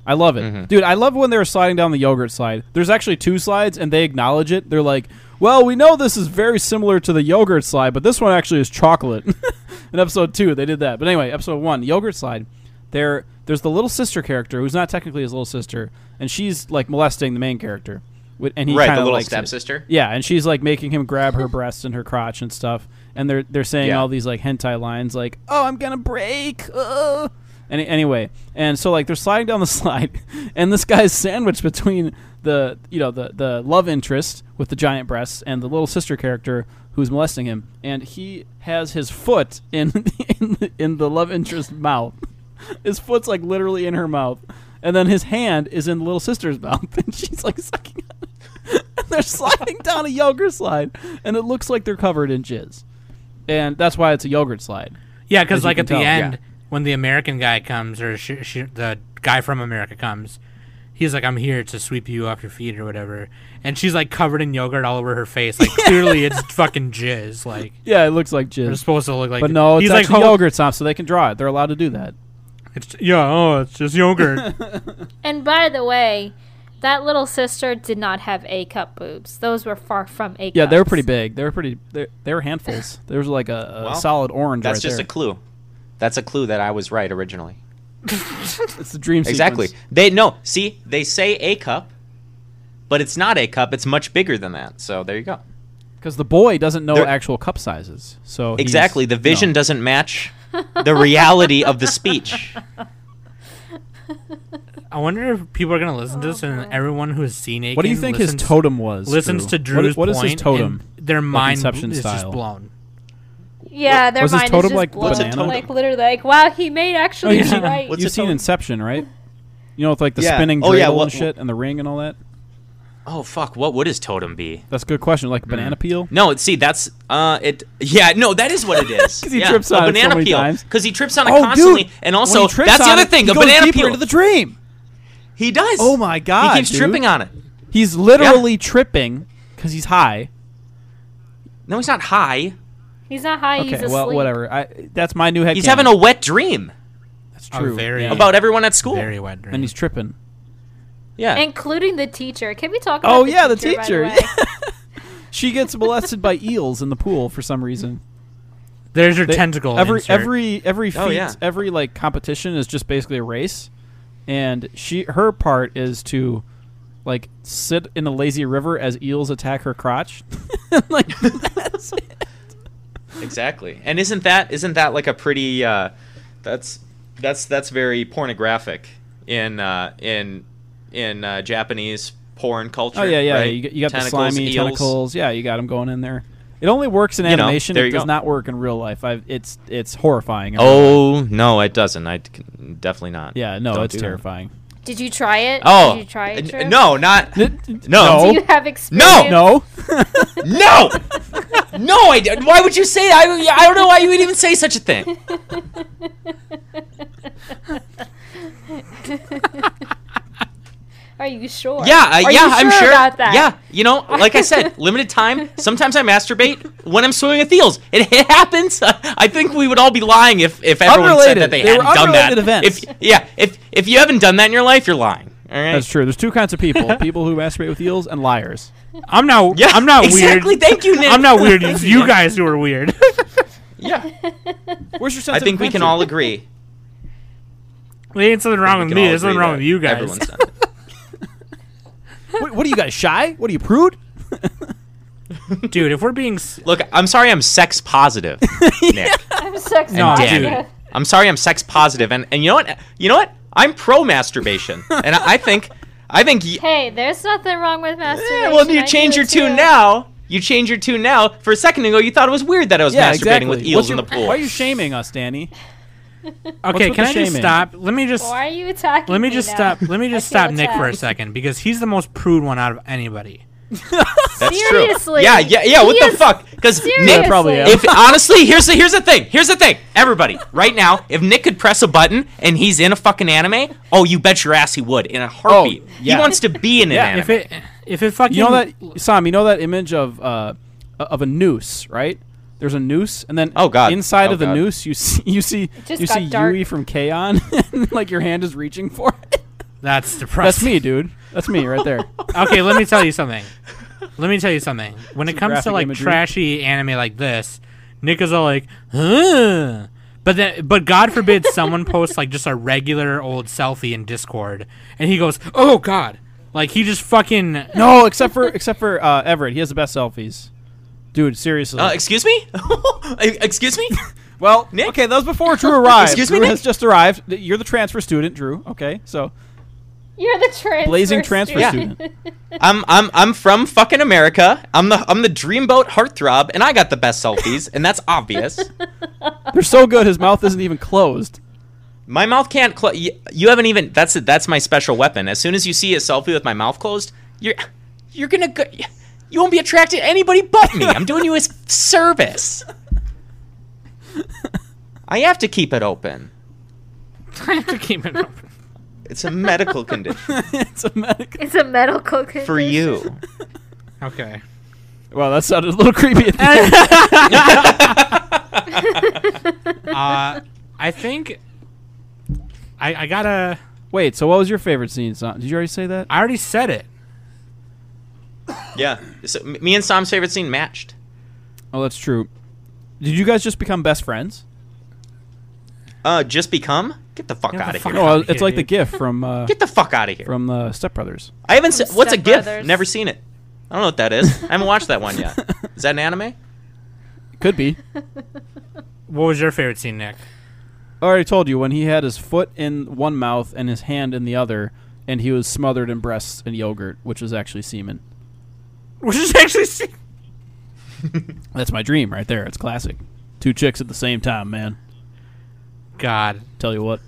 E: I love it.
G: Mm-hmm.
E: Dude, I love when they were sliding down the yogurt slide. There's actually two slides and they acknowledge it. They're like, "Well, we know this is very similar to the yogurt slide, but this one actually is chocolate." <laughs> In episode 2, they did that. But anyway, episode 1, yogurt slide. There there's the little sister character who's not technically his little sister, and she's like molesting the main character. Wi- And he
G: right,
E: kinda
G: the little
E: likes it.
G: stepsister.
E: Yeah, and she's like making him grab her breast and her crotch and stuff, and they're they're saying
G: Yeah.
E: all these like hentai lines like, "Oh, I'm gonna break." Uh. Any, anyway, and so like they're sliding down the <laughs> slide, and this guy's sandwiched between the you know the the love interest with the giant breasts and the little sister character who's molesting him, and he has his foot in <laughs> in the, in the love interest mouth. His foot's like literally in her mouth, and then his hand is in the little sister's <laughs> mouth, and she's like sucking on it and <laughs> they're sliding down a yogurt slide, and it looks like they're covered in jizz, and that's why it's a yogurt slide.
D: Yeah, because
E: As you
D: like
E: can
D: at the
E: tell, yeah.
D: end when the American guy comes or sh- sh- the guy from America comes, he's like, "I'm here to sweep you off your feet" or whatever, and she's like covered in yogurt all over her face.
E: <laughs>
D: Like clearly it's fucking jizz. Like
E: Yeah, it looks like
D: they're
E: jizz,
D: supposed to look like.
E: but no, it's
D: he's like
E: actually
D: "Oh,
E: yogurt slop, so they can draw it. They're allowed to do that.
D: It's, yeah, oh, it's just yogurt.
E: <laughs>
F: and by the way, that little sister did not have A cup boobs. Those were far from A cup.
E: Yeah, they were pretty big. They were pretty. They they
D: <laughs>
E: were handfuls. There was like a, a
G: Well,
E: solid orange.
G: That's
E: right
G: just
E: there.
G: a clue. That's a clue that I was right originally.
E: it's the dream
G: Exactly.
E: sequence.
G: They no. See, they say a cup, but it's not a cup. It's much bigger than that. So there you go.
E: Because the boy doesn't know
G: There-
E: actual cup sizes. So he's-
G: Exactly. The vision
E: no.
G: doesn't match the reality of
E: <laughs>
G: the speech.
D: I wonder if people are gonna listen to this and everyone who has seen Aiken
E: What do you think
D: listens,
E: his totem was?
D: listens
E: Drew?
D: to Drew's
E: What, what is his
D: point,
E: totem?
D: and Their mind
E: Inception
D: is
E: style.
D: just blown.
F: Yeah, their
E: was his
F: mind
E: totem
F: is just
E: like
F: blown.
E: banana?
F: Like literally, like wow, he
E: <laughs>
F: may
E: Oh,
F: actually
E: you've
F: be
E: seen,
F: right.
G: What's
E: you've
G: his
E: seen
G: totem?
E: Inception, right? You know, with like the
G: Yeah.
E: spinning
G: Oh, yeah,
E: dreidel
G: what-
E: and shit, and the ring and all that.
G: Oh fuck! What would his totem be?
E: That's a good question. Like a banana peel.
G: No, see, that's uh, it. Yeah, no, that is
E: <laughs>
G: what it is.
E: 'Cause he
G: Yeah,
E: trips on
G: a
E: it so
G: banana
E: many
G: peel.
E: times. Oh,
G: Because he trips on it constantly, and also
E: When he trips
G: that's the
E: on
G: other
E: it,
G: thing.
E: he
G: a
E: goes
G: banana
E: deeper
G: peel.
E: into the dream.
G: he does.
E: Oh my god!
G: He keeps
E: dude.
G: tripping on it.
E: He's literally tripping because he's high.
G: No, he's not high.
F: He's not high.
E: Okay,
F: he's asleep.
E: well, whatever. I, that's my new head.
G: He's having a wet dream
E: That's
D: A
E: true.
D: very-
E: yeah.
G: about everyone at school.
D: Very wet dream.
E: and he's tripping.
G: yeah.
F: including the teacher. Can we talk? about
E: Oh yeah, the
F: by
E: teacher.
F: way?
G: <laughs>
E: she gets molested by eels in the pool for some
G: <laughs>
E: reason.
D: There's your
E: They-
D: tentacle.
E: Every
D: insert.
E: every every feat,
G: Oh, yeah.
E: every like competition is just basically a race, and she her part is to like sit in a lazy river as eels attack her crotch. like that's it.
G: Exactly. And isn't that isn't that like a pretty uh, that's that's that's very pornographic in uh, in in uh, Japanese porn culture.
E: Oh yeah, yeah.
G: right?
E: You, got- you got
G: Tentacles,
E: the slimy
G: eels.
E: tentacles. Yeah, you got them going in there. It only works in
G: You know,
E: animation.
G: there
E: it
G: you
E: does
G: go.
E: not work in real life. I've, it's it's horrifying. in real life.
G: Oh no, it doesn't. I c- definitely not.
E: yeah, no,
G: Don't
E: it's
G: do that. <laughs>
E: terrifying.
F: Did you try it?
G: Oh,
F: Did you try it?
G: n-
F: Drew?
G: no, not
F: Do
G: No.
F: you have
E: <laughs>
G: No.
F: experience?
E: no.
G: no, no. I don't. Why would you say? I I don't know why you would even say such a thing.
F: Are you sure?
G: Yeah, I,
F: Are
G: yeah,
F: you
G: I'm sure.
F: about that.
G: Yeah, you know, like I
F: <laughs>
G: said, limited time. Sometimes I masturbate when I'm swimming with eels. It, it happens. <laughs> I think we would all be lying if if everyone
E: Unrelated.
G: said that they,
E: They were
G: hadn't done that.
E: unrelated events.
G: If yeah, if if you haven't done that in your life, you're lying. All
E: <laughs>
G: right.
E: That's true. There's two kinds of
G: <laughs>
E: people: people who masturbate with eels and liars.
D: I'm not.
G: yeah,
D: I'm not
G: exactly.
D: weird.
G: Thank you, Nick.
D: I'm not weird. It's you guys who are weird. <laughs>
G: Yeah,
E: Where's your sense?
G: I
E: of
G: think we can
E: adventure?
G: all agree.
D: there ain't something wrong
G: We
D: with
G: can
D: me.
G: all
D: There's something
G: agree
D: wrong
G: that
D: with you guys.
G: Everyone's done it.
E: what, what are you guys shy? What are you prude?
D: Dude, if we're being s-
G: Look, I'm sorry. I'm
E: <laughs>
G: sex positive, Nick.
F: I'm sexy.
D: No,
G: Dan.
D: dude.
G: I'm sorry, I'm sex positive, and and you know what? You know what? I'm pro masturbation, and I, I think, I think. Y-
F: Hey, there's nothing wrong with masturbation.
G: yeah, Eh, well,
F: I
G: you
F: do
G: change
F: it
G: your
F: too.
G: tune now. You change your tune now. For a second ago, you thought it was weird that I was masturbating with
E: What's
G: eels in
E: your-
G: the pool.
E: Why are you shaming us, Danny?
D: okay,
E: with
D: can
E: the
D: I just
E: shaming?
D: stop? Let me just
F: Why are you attacking?
D: let me
F: me
D: just
F: now?
D: stop. Let me just
F: I
D: stop
F: feel
D: Nick for a
F: attacked.
D: second because he's the most prude one out of anybody.
G: That's true.
F: Seriously.
G: Yeah, yeah, yeah. What
F: He
G: the
F: is-
G: fuck? Because
F: Seriously.
G: Nick,
E: probably am.
G: if honestly, here's the here's the thing. Here's the thing. Everybody, right now, if Nick could press a button and he's in a fucking anime, oh, you bet your ass he would in a heartbeat.
E: Oh, yeah.
G: He wants to be in an anime.
D: If it if it fucking
E: You know that Sam. You know that image of uh, of a noose, right? There's a noose, and then
G: Oh, God.
E: inside
G: Oh,
E: of the
G: God.
E: noose, you <laughs> see you see
F: just
E: you
F: got
E: see
F: dark.
E: Yui from K on, <laughs> and like your hand is reaching for it.
D: that's
E: That's
D: depressing.
E: me, dude. That's me right there.
D: okay, let me tell you something. Let me tell you something. When it comes to
E: graphic
D: like
E: imagery.
D: trashy anime like this, Nick is all like, huh. But then, but God forbid someone posts like just a regular old selfie in Discord, and he goes, "Oh God!" Like he just fucking.
E: <laughs> No, except for except for uh, Everett, he has the best selfies. Dude, seriously.
G: uh, excuse me? <laughs> E-, excuse me?
E: well,
G: Nick?
E: okay, that was <laughs> before Drew arrived.
G: Excuse me,
E: Drew
G: Nick?
E: has just arrived. You're the transfer student, Drew. Okay, so
F: You're the transfer.
E: blazing transfer
G: Yeah.
E: student.
G: <laughs> I'm I'm I'm from fucking America. I'm the I'm the dreamboat heartthrob, and I got the best selfies, and that's <laughs> obvious.
E: They're so good. His mouth isn't even closed.
G: My mouth can't close. You, you haven't even. That's it. That's my special weapon. As soon as you see a selfie with my mouth closed, you're you're gonna go. You won't be attracted to anybody but me. I'm doing you a <laughs> service. I have to keep it open.
D: I have to keep it open.
G: It's a medical condition
E: <laughs> it's a medic.
F: <laughs> It's a medical condition.
G: for <laughs> you.
D: Okay.
E: Well, that sounded a little creepy. <laughs> At the end.
D: Uh, I think. I I gotta.
E: Wait, so what was your favorite scene? Son? Did you already say that?
D: I already said it.
G: Yeah. So, m- me and Sam's favorite scene matched.
E: Oh, that's true. Did you guys just become best friends?
G: Uh, just become. Get the fuck
D: Get the
G: out of
D: fuck
G: here.
D: outta
E: No, Oh, it's
D: here,
E: like the
D: dude.
E: GIF from uh,
G: Get the fuck out of here.
E: from the Step Brothers.
G: I haven't seen.
H: From
G: What's a
H: Step
G: GIF?
H: Brothers.
G: Never seen it. I don't know what that is. I haven't watched that one yet. Is that an anime?
E: Could be.
D: What was your favorite scene, Nick?
E: I already told you when he had his foot in one mouth and his hand in the other, and he was smothered in breasts and yogurt, which was actually semen.
D: Which is actually se-
E: That's my dream right there. It's classic. Two chicks at the same time, man.
D: God.
E: Tell you what.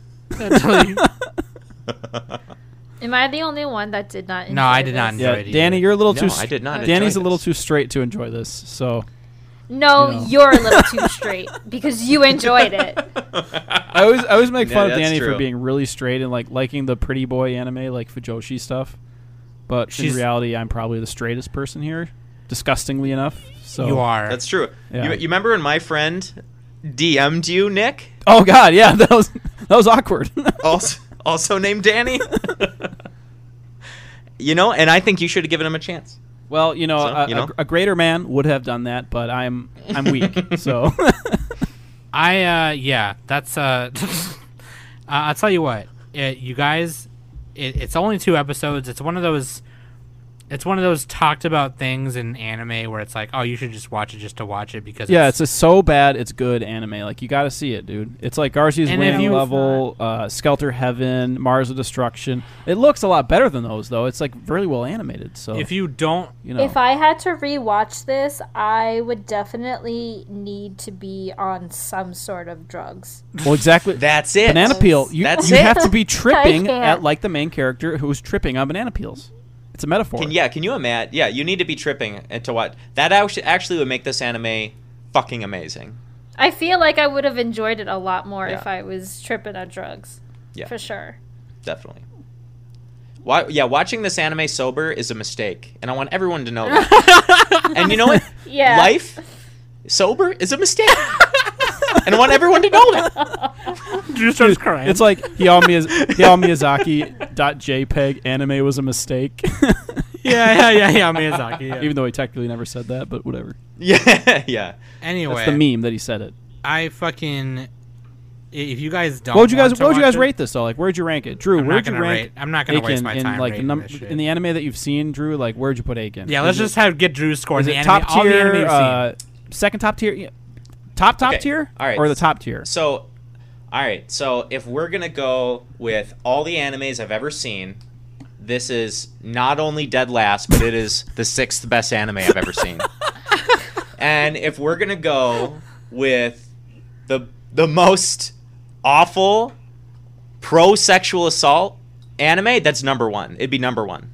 H: Am I the only one that did not?
D: No, I
H: enjoy
D: did not
H: this?
D: enjoy-
E: Yeah,
D: it either.
E: Danny, you're a little
G: No,
E: too.
G: I did not enjoy
E: Danny's a little
G: this.
E: too straight to enjoy this. So
H: No,
E: You know.
H: you're a
G: <laughs>
H: little too straight because you enjoyed it.
E: I always I always
G: <laughs>
E: make
G: Yeah,
E: fun of
G: that's
E: Danny for
G: true.
E: being really straight and like liking the pretty boy anime like Fujoshi stuff. But
D: She's-
E: in reality, I'm probably the straightest person here, disgustingly enough. So
D: you are.
G: <laughs> That's true.
E: Yeah.
G: You, you remember when my friend DM'd you, Nick?
E: Oh God, yeah, <laughs> that was that was awkward. <laughs>
G: Also, also named Danny. you know, and I think you should have given him a chance.
E: well, you know,
G: So,
E: a,
G: you know?
E: A, a greater man would have done that, but I'm I'm weak.
G: <laughs>
E: so <laughs>
D: I uh yeah, that's uh, <laughs> uh I'll tell you what. It, you guys it, it's only two episodes. It's one of those it's one of those talked about things in anime where it's like, "Oh, you should just watch it just to watch it because
E: yeah, it's a so bad it's good anime. Like you got to see it, dude. It's like Garcia's
D: And if
E: Wing
D: you-
E: level, uh, Skelter Heaven, Mars of Destruction. It looks a lot better than those though. It's like really well animated. So
D: if you
E: <laughs>
D: don't
E: you know,
F: If I had to rewatch this, I would definitely need to be on some sort of drugs.
E: well exactly
G: That's it.
E: banana peel. You,
G: That's
E: you
G: it.
E: have to
G: <laughs>
E: be tripping
F: can't.
E: at like the main character who's tripping on banana peels. It's a metaphor.
G: Can, yeah, can you imagine? Yeah, you need to be tripping into what that actually actually would make this anime fucking amazing.
H: I feel like I would have enjoyed it a lot more
G: Yeah.
H: if I was tripping on drugs.
G: Yeah.
H: For sure.
G: Definitely. Why, yeah, watching this anime sober is a mistake, and I want everyone to know that. and you know what?
H: Yeah.
G: Life sober is a mistake, and I want everyone to know that. <laughs>
D: just starts crying.
E: It's like Hayao Miyaz- Hayao Miyazaki dot JPEG anime was a mistake.
D: <laughs>
E: <laughs>
D: yeah, yeah, yeah, yeah, Miyazaki. Yeah.
E: Even though he technically never said that, but whatever.
G: Yeah, yeah.
D: anyway,
E: That's the meme that he said it.
D: I fucking i- if you guys don't
E: What would you guys
D: want to
E: what would you
D: watch
E: guys
D: it-
E: rate this though? Like where'd you rank it? Drew,
D: I'm not
E: where'd you
D: gonna
E: rank
D: rate. I'm not gonna waste
E: Aiken
D: my
E: in
D: time
E: like the
D: rating
E: num-
D: this shit.
E: in the anime that you've seen, Drew, like where'd you put Aiken?
D: Yeah, let's
E: Is it-
D: just have get Drew's score.
E: is
D: the
E: it
D: anime,
E: top
D: all the anime
E: tier
D: you've
E: uh, second top tier yeah. top top
G: Okay,
E: tier?
G: all right.
E: Or the top tier?
G: So, all right. So if we're gonna go with all the animes I've ever seen, this is not only dead last, but it is the sixth best anime I've ever seen. and if we're gonna go with the the most awful pro sexual assault anime, that's number one. It'd be number one.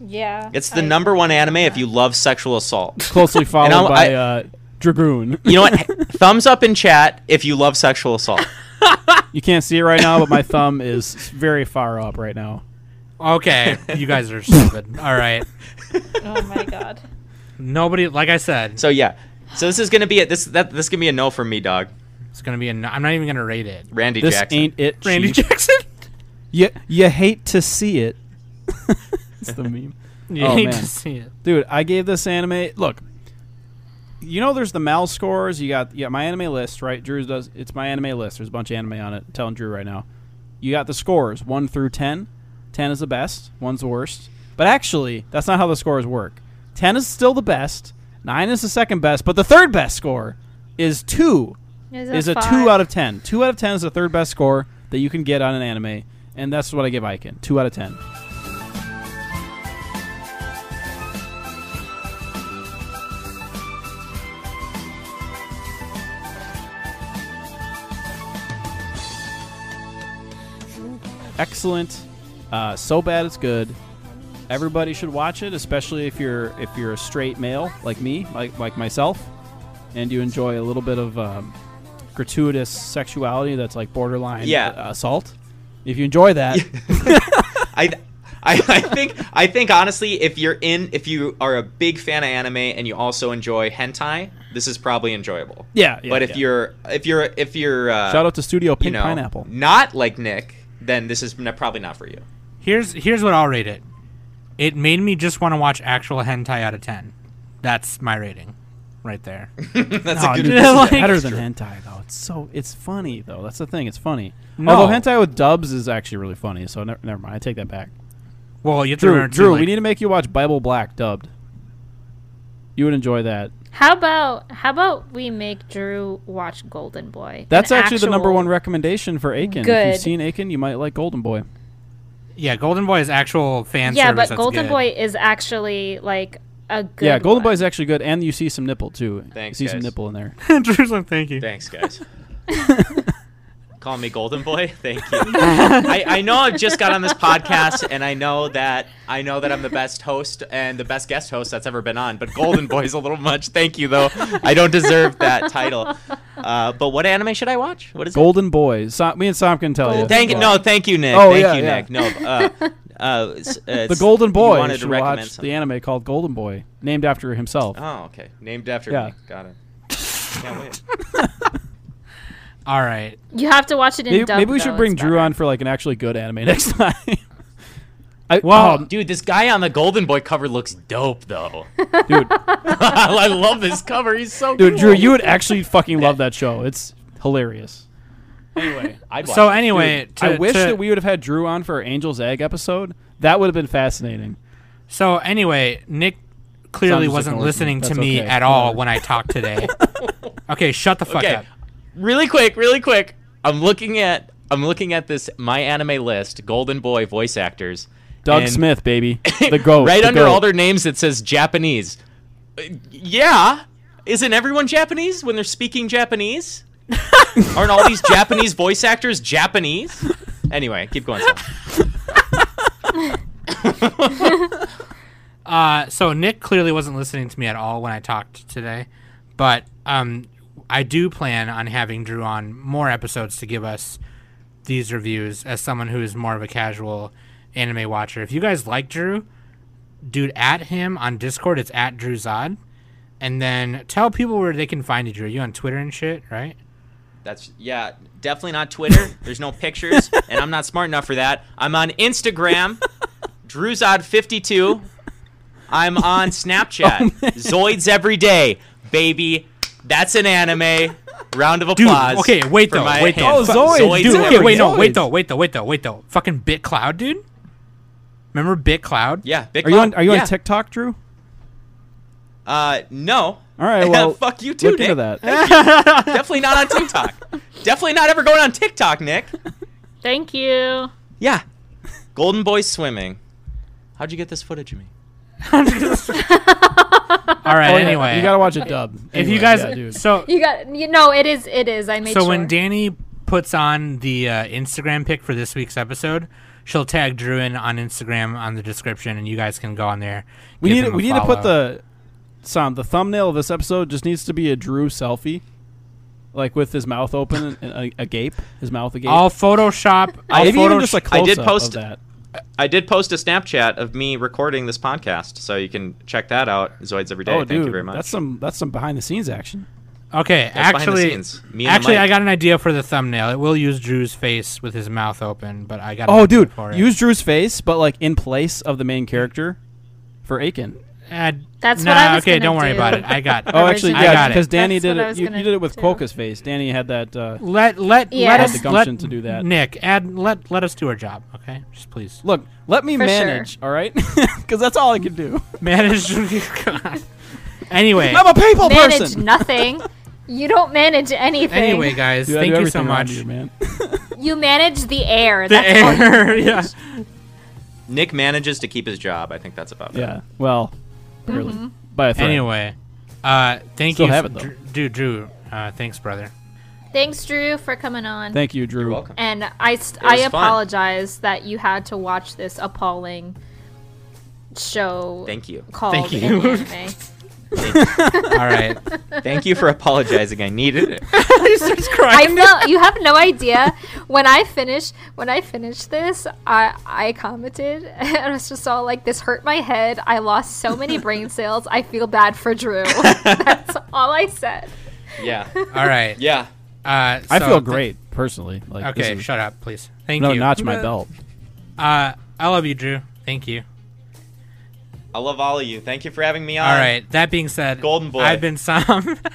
F: Yeah.
G: It's the number one anime if you love sexual assault.
E: Closely
G: I'm-
E: followed by
G: I-
E: uh, Dragoon.
G: You know what? Thumbs up in chat if you love sexual assault.
E: You can't see it right now, but my thumb is very far up right now.
D: seen.
E: <laughs>
D: Okay, you guys are stupid. All right,
H: Oh my
E: <laughs>
H: god.
D: nobody. Like I said,
G: So yeah. So this is gonna be a this that this is gonna be a no from me, dog.
D: It's gonna be a. n- I'm not even gonna rate
E: <laughs>
D: it.
G: Randy
E: This
G: Jackson.
E: ain't it.
D: Randy
E: Chief.
D: <laughs> Jackson.
E: you, you hate to see it. it's the meme.
D: You
E: Oh,
D: need
E: man.
D: to see it.
E: Dude, I gave this anime. Look, you know, there's the Mal scores. You got yeah, my anime list, right? Drew's does. It's my anime list. There's a bunch of anime on it. I'm telling Drew right now. You got the scores one through ten. Ten is the best. One's the worst. But actually, that's not how the scores work. Ten is still the best. Nine is the second best. But the third best score is two. Is a two out of ten. Two out of ten is the third best score that you can get on an anime, and that's what I give Iken. Two out of ten. excellent. Uh, so bad it's good. Everybody should watch it, especially if you're if you're a straight male like me, like like myself, and you enjoy a little bit of um, gratuitous sexuality that's like borderline
G: Yeah.
E: uh, assault. If you enjoy
G: <laughs>
E: that,
G: I, I I think I think honestly, if you're in if you are a big fan of anime and you also enjoy hentai, this is probably enjoyable.
E: yeah. yeah,
G: but if
E: yeah.
G: you're if you're if you're uh,
E: shout out to Studio
G: you
E: Pink
G: know,
E: Pineapple.
G: not like Nick, then this is n- probably not for you. <laughs>
D: Here's here's what I'll rate it. It made me just want to watch actual hentai out of ten. That's my rating. right
E: <laughs>
D: there.
G: That's
D: No,
G: a good
D: dude, <laughs>
G: reason.
D: like-
E: better than hentai though. It's so it's funny though. That's the thing. It's funny.
D: No.
E: Although hentai with dubs is actually really funny. So never, never mind. I take that back.
D: Well, you have to
E: Drew,
D: remember too,
E: Drew,
D: like-
E: we need to make you watch Bible Black dubbed. You would enjoy that.
H: How about how about we make Drew watch Golden Boy?
E: That's
H: An
E: actually the number
H: actual-
E: one recommendation for Aiken. If
F: Good.
E: you've seen Aiken, you might like Golden Boy.
D: yeah, Golden Boy is actual fan
H: Yeah,
D: service
H: but
D: that's
H: Golden
D: good.
H: Boy is actually like a good.
E: yeah, Golden Boy
H: one.
E: is actually good, and you see some nipple too.
G: Thanks,
E: You see some
G: guys.
E: nipple in there.
D: <laughs> Drew's like, thank you.
G: Thanks, guys. Call me Golden Boy. Thank you. I, I know I've just got on this podcast, and I know that I know that I'm the best host and the best guest host that's ever been on. But Golden Boy is a little much. Thank you, though. I don't deserve that title. Uh, but what anime should I watch? What is it?
E: Golden Boy. So, me and Sam can tell you.
G: Thank you. No, thank you, Nick.
E: Oh,
G: thank
E: yeah,
G: you,
E: yeah.
G: Nick. No.
E: <laughs>
G: Uh, uh, s- uh,
E: The
G: s-
E: Golden
G: you
E: Boy.
G: wanted
E: You
G: to
E: should
G: recommend
E: watch
G: something.
E: the anime called Golden Boy, named after himself.
G: Oh, okay. Named after
E: Yeah.
G: me. Got it. Can't wait.
D: All right.
H: You have to watch it in
E: maybe,
H: dub,
E: maybe we should
H: though,
E: bring
H: it's
E: Drew
H: better.
E: on for like an actually good anime <laughs> next time. I,
G: Oh,
E: <laughs>
G: <laughs>
E: well,
G: dude, this guy on the Golden Boy cover looks dope, though.
E: dude,
G: <laughs> I love this cover. He's so
E: dude, Drew, you would actually fucking
G: <laughs>
E: love that show. It's hilarious.
G: Anyway, I'd
D: So anyway, to,
E: I wish
D: to-
E: that we would have had Drew on for our Angel's Egg episode. That would have been fascinating.
D: So anyway, Nick clearly
E: Sounds
D: wasn't
E: ignored me.
D: listening to
E: That's
D: me
E: okay.
D: at all
E: Whatever.
D: when I talked
E: <laughs>
D: today. okay, shut the fuck
G: okay,
D: up.
G: really quick, really quick. I'm looking at I'm looking at this my anime list. Golden Boy voice actors.
E: Doug
G: and
E: Smith, <laughs> baby,
G: <laughs>
E: the goat.
G: right
E: the
G: under
E: goat.
G: all their names, it says Japanese. Uh, yeah, isn't everyone Japanese when they're speaking
E: <laughs>
G: Japanese? Aren't all these Japanese voice actors Japanese? Anyway, keep going. Sam.
D: Uh, so Nick clearly wasn't listening to me at all when I talked today, but um, I do plan on having Drew on more episodes to give us these reviews as someone who is more of a casual anime watcher. If you guys like Drew, dude, at him on Discord. It's at Drew Zod, and then tell people where they can find you. Drew, you on Twitter and shit, right?
G: That's yeah, definitely not Twitter. There's no pictures,
E: <laughs>
G: and I'm not smart enough for that. I'm on Instagram, Drewzod52.
E: <laughs>
G: I'm on
E: Oh,
G: Snapchat, Zoids every day, baby. That's an anime. Round of
D: Dude,
G: applause.
D: okay, wait
G: for
D: though,
G: my
D: wait though.
G: handle.
E: Oh, Zoids,
D: Dude,
E: Zoids.
D: okay,
E: Zoids.
D: wait, no, wait
E: Zoids.
D: though, wait though, wait though, wait though. Fucking BitCloud, dude. Remember BitCloud?
G: Yeah, big
E: Are you on? Are you
G: yeah.
E: on TikTok, Drew?
G: Uh, no.
E: <laughs> All right,
G: <laughs>
E: well,
G: fuck you too,
E: look into
G: Nick.
E: <laughs> that. <laughs>
G: Definitely not on TikTok. definitely not ever going on TikTok, Nick.
H: Thank you.
G: Yeah, Golden Boy swimming. How'd you get this footage of me?
D: All right.
E: Oh, yeah,
D: anyway,
E: you gotta watch it dub.
D: if
E: Anyway,
D: you guys,
E: yeah, dude.
D: so
F: You got you know it is it is. I made
D: so
F: sure.
D: when Danny puts on the uh, Instagram pic for this week's episode, she'll tag Drew in on Instagram on the description, and you guys can go on there.
E: we
D: give
E: need
D: him a
E: we need to put
D: follow.
E: the Sam the thumbnail of this episode just needs to be a Drew selfie, like with his mouth open and a, agape, his mouth agape.
D: I'll
E: <laughs>
D: Photoshop. I'll
E: Maybe even
D: Photoshop.
E: just a
G: I
E: close
G: did post-
E: of that.
G: I did post a Snapchat of me recording this podcast, so you can check that out. Zoids every day.
E: Oh,
G: Thank
E: dude,
G: you very much.
E: that's some that's some behind the scenes action.
D: okay,
G: That's behind the
D: actually,
G: scenes. Me and the
D: actually,
G: mic.
D: I got an idea for the thumbnail. It will use Drew's face with his mouth open, but I got. an
E: Oh,
D: idea
E: dude,
D: for it.
E: use Drew's face, but like in place of the main character for Aiken.
D: Uh,
H: That's
D: nah,
H: what I was
D: okay,
H: gonna
D: don't worry
H: do.
D: about it. I
E: <laughs>
D: got.
E: Oh, actually,
D: I
E: yeah,
D: got it.
E: because Danny
H: That's
E: did
H: what I
E: it.
H: was
E: You,
H: gonna
E: you did it with
H: do.
E: Quokka's face. Danny had that. Uh,
D: let let
F: Yeah.
D: let
F: Had
D: us
E: the gumption
D: let-
E: to do that.
D: Nick, add let let us do our job, okay? Just please <laughs>
E: look, let me
F: For sure.
E: manage, all right? <laughs> Because that's all I can do.
D: manage. God. anyway,
E: I'm a people
F: manage
E: Oh, person.
F: <laughs> nothing. You don't manage anything.
D: anyway, guys,
E: Dude, I
D: thank
E: do
D: you so
E: everything around
D: much.
E: here, man.
F: you manage the air.
D: The
F: That's all you
D: air, <laughs> yeah.
G: Nick manages to keep his job. I think that's about
D: <laughs>
E: <laughs>
G: it.
E: yeah. Well, really, by a thread.
D: Anyway, uh, thank
E: Still
D: you,
E: have it, though.
D: Dr- dude, Drew. Uh, thanks, brother.
F: Thanks, Drew, for coming on.
E: Thank you, Drew.
G: You're welcome.
F: and I, st-
G: It was
F: I
G: fun.
F: apologize that you had to watch this appalling show
G: Thank you.
F: called
D: Thank you.
F: an anime.
D: All right,
G: Thank you for apologizing. I
D: <laughs>
G: needed it.
F: I felt you have no idea when I finish when I finished this, I I commented <laughs> and I was just all like, "This hurt my head. I lost so many brain cells. I feel bad for Drew." <laughs> That's all I said.
G: Yeah.
D: all right.
G: Yeah.
D: Uh,
E: I
D: so
E: feel
D: th-
E: great personally. Like,
D: okay,
E: this is,
D: shut up, please. Thank
E: no,
D: you.
E: notch my belt.
D: Uh, I love you, Drew. Thank you.
G: I love all of you. Thank you for having me on.
D: All right. That being said,
G: Golden Boy.
D: I've been
E: <laughs>
D: Sam.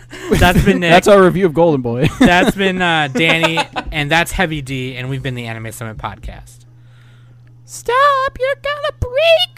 D: <laughs> that's been Nick.
E: That's our review of Golden Boy.
D: that's been uh, Danny, and that's Heavy D, and we've been the Anime Summit podcast.
E: Stop! You're gonna break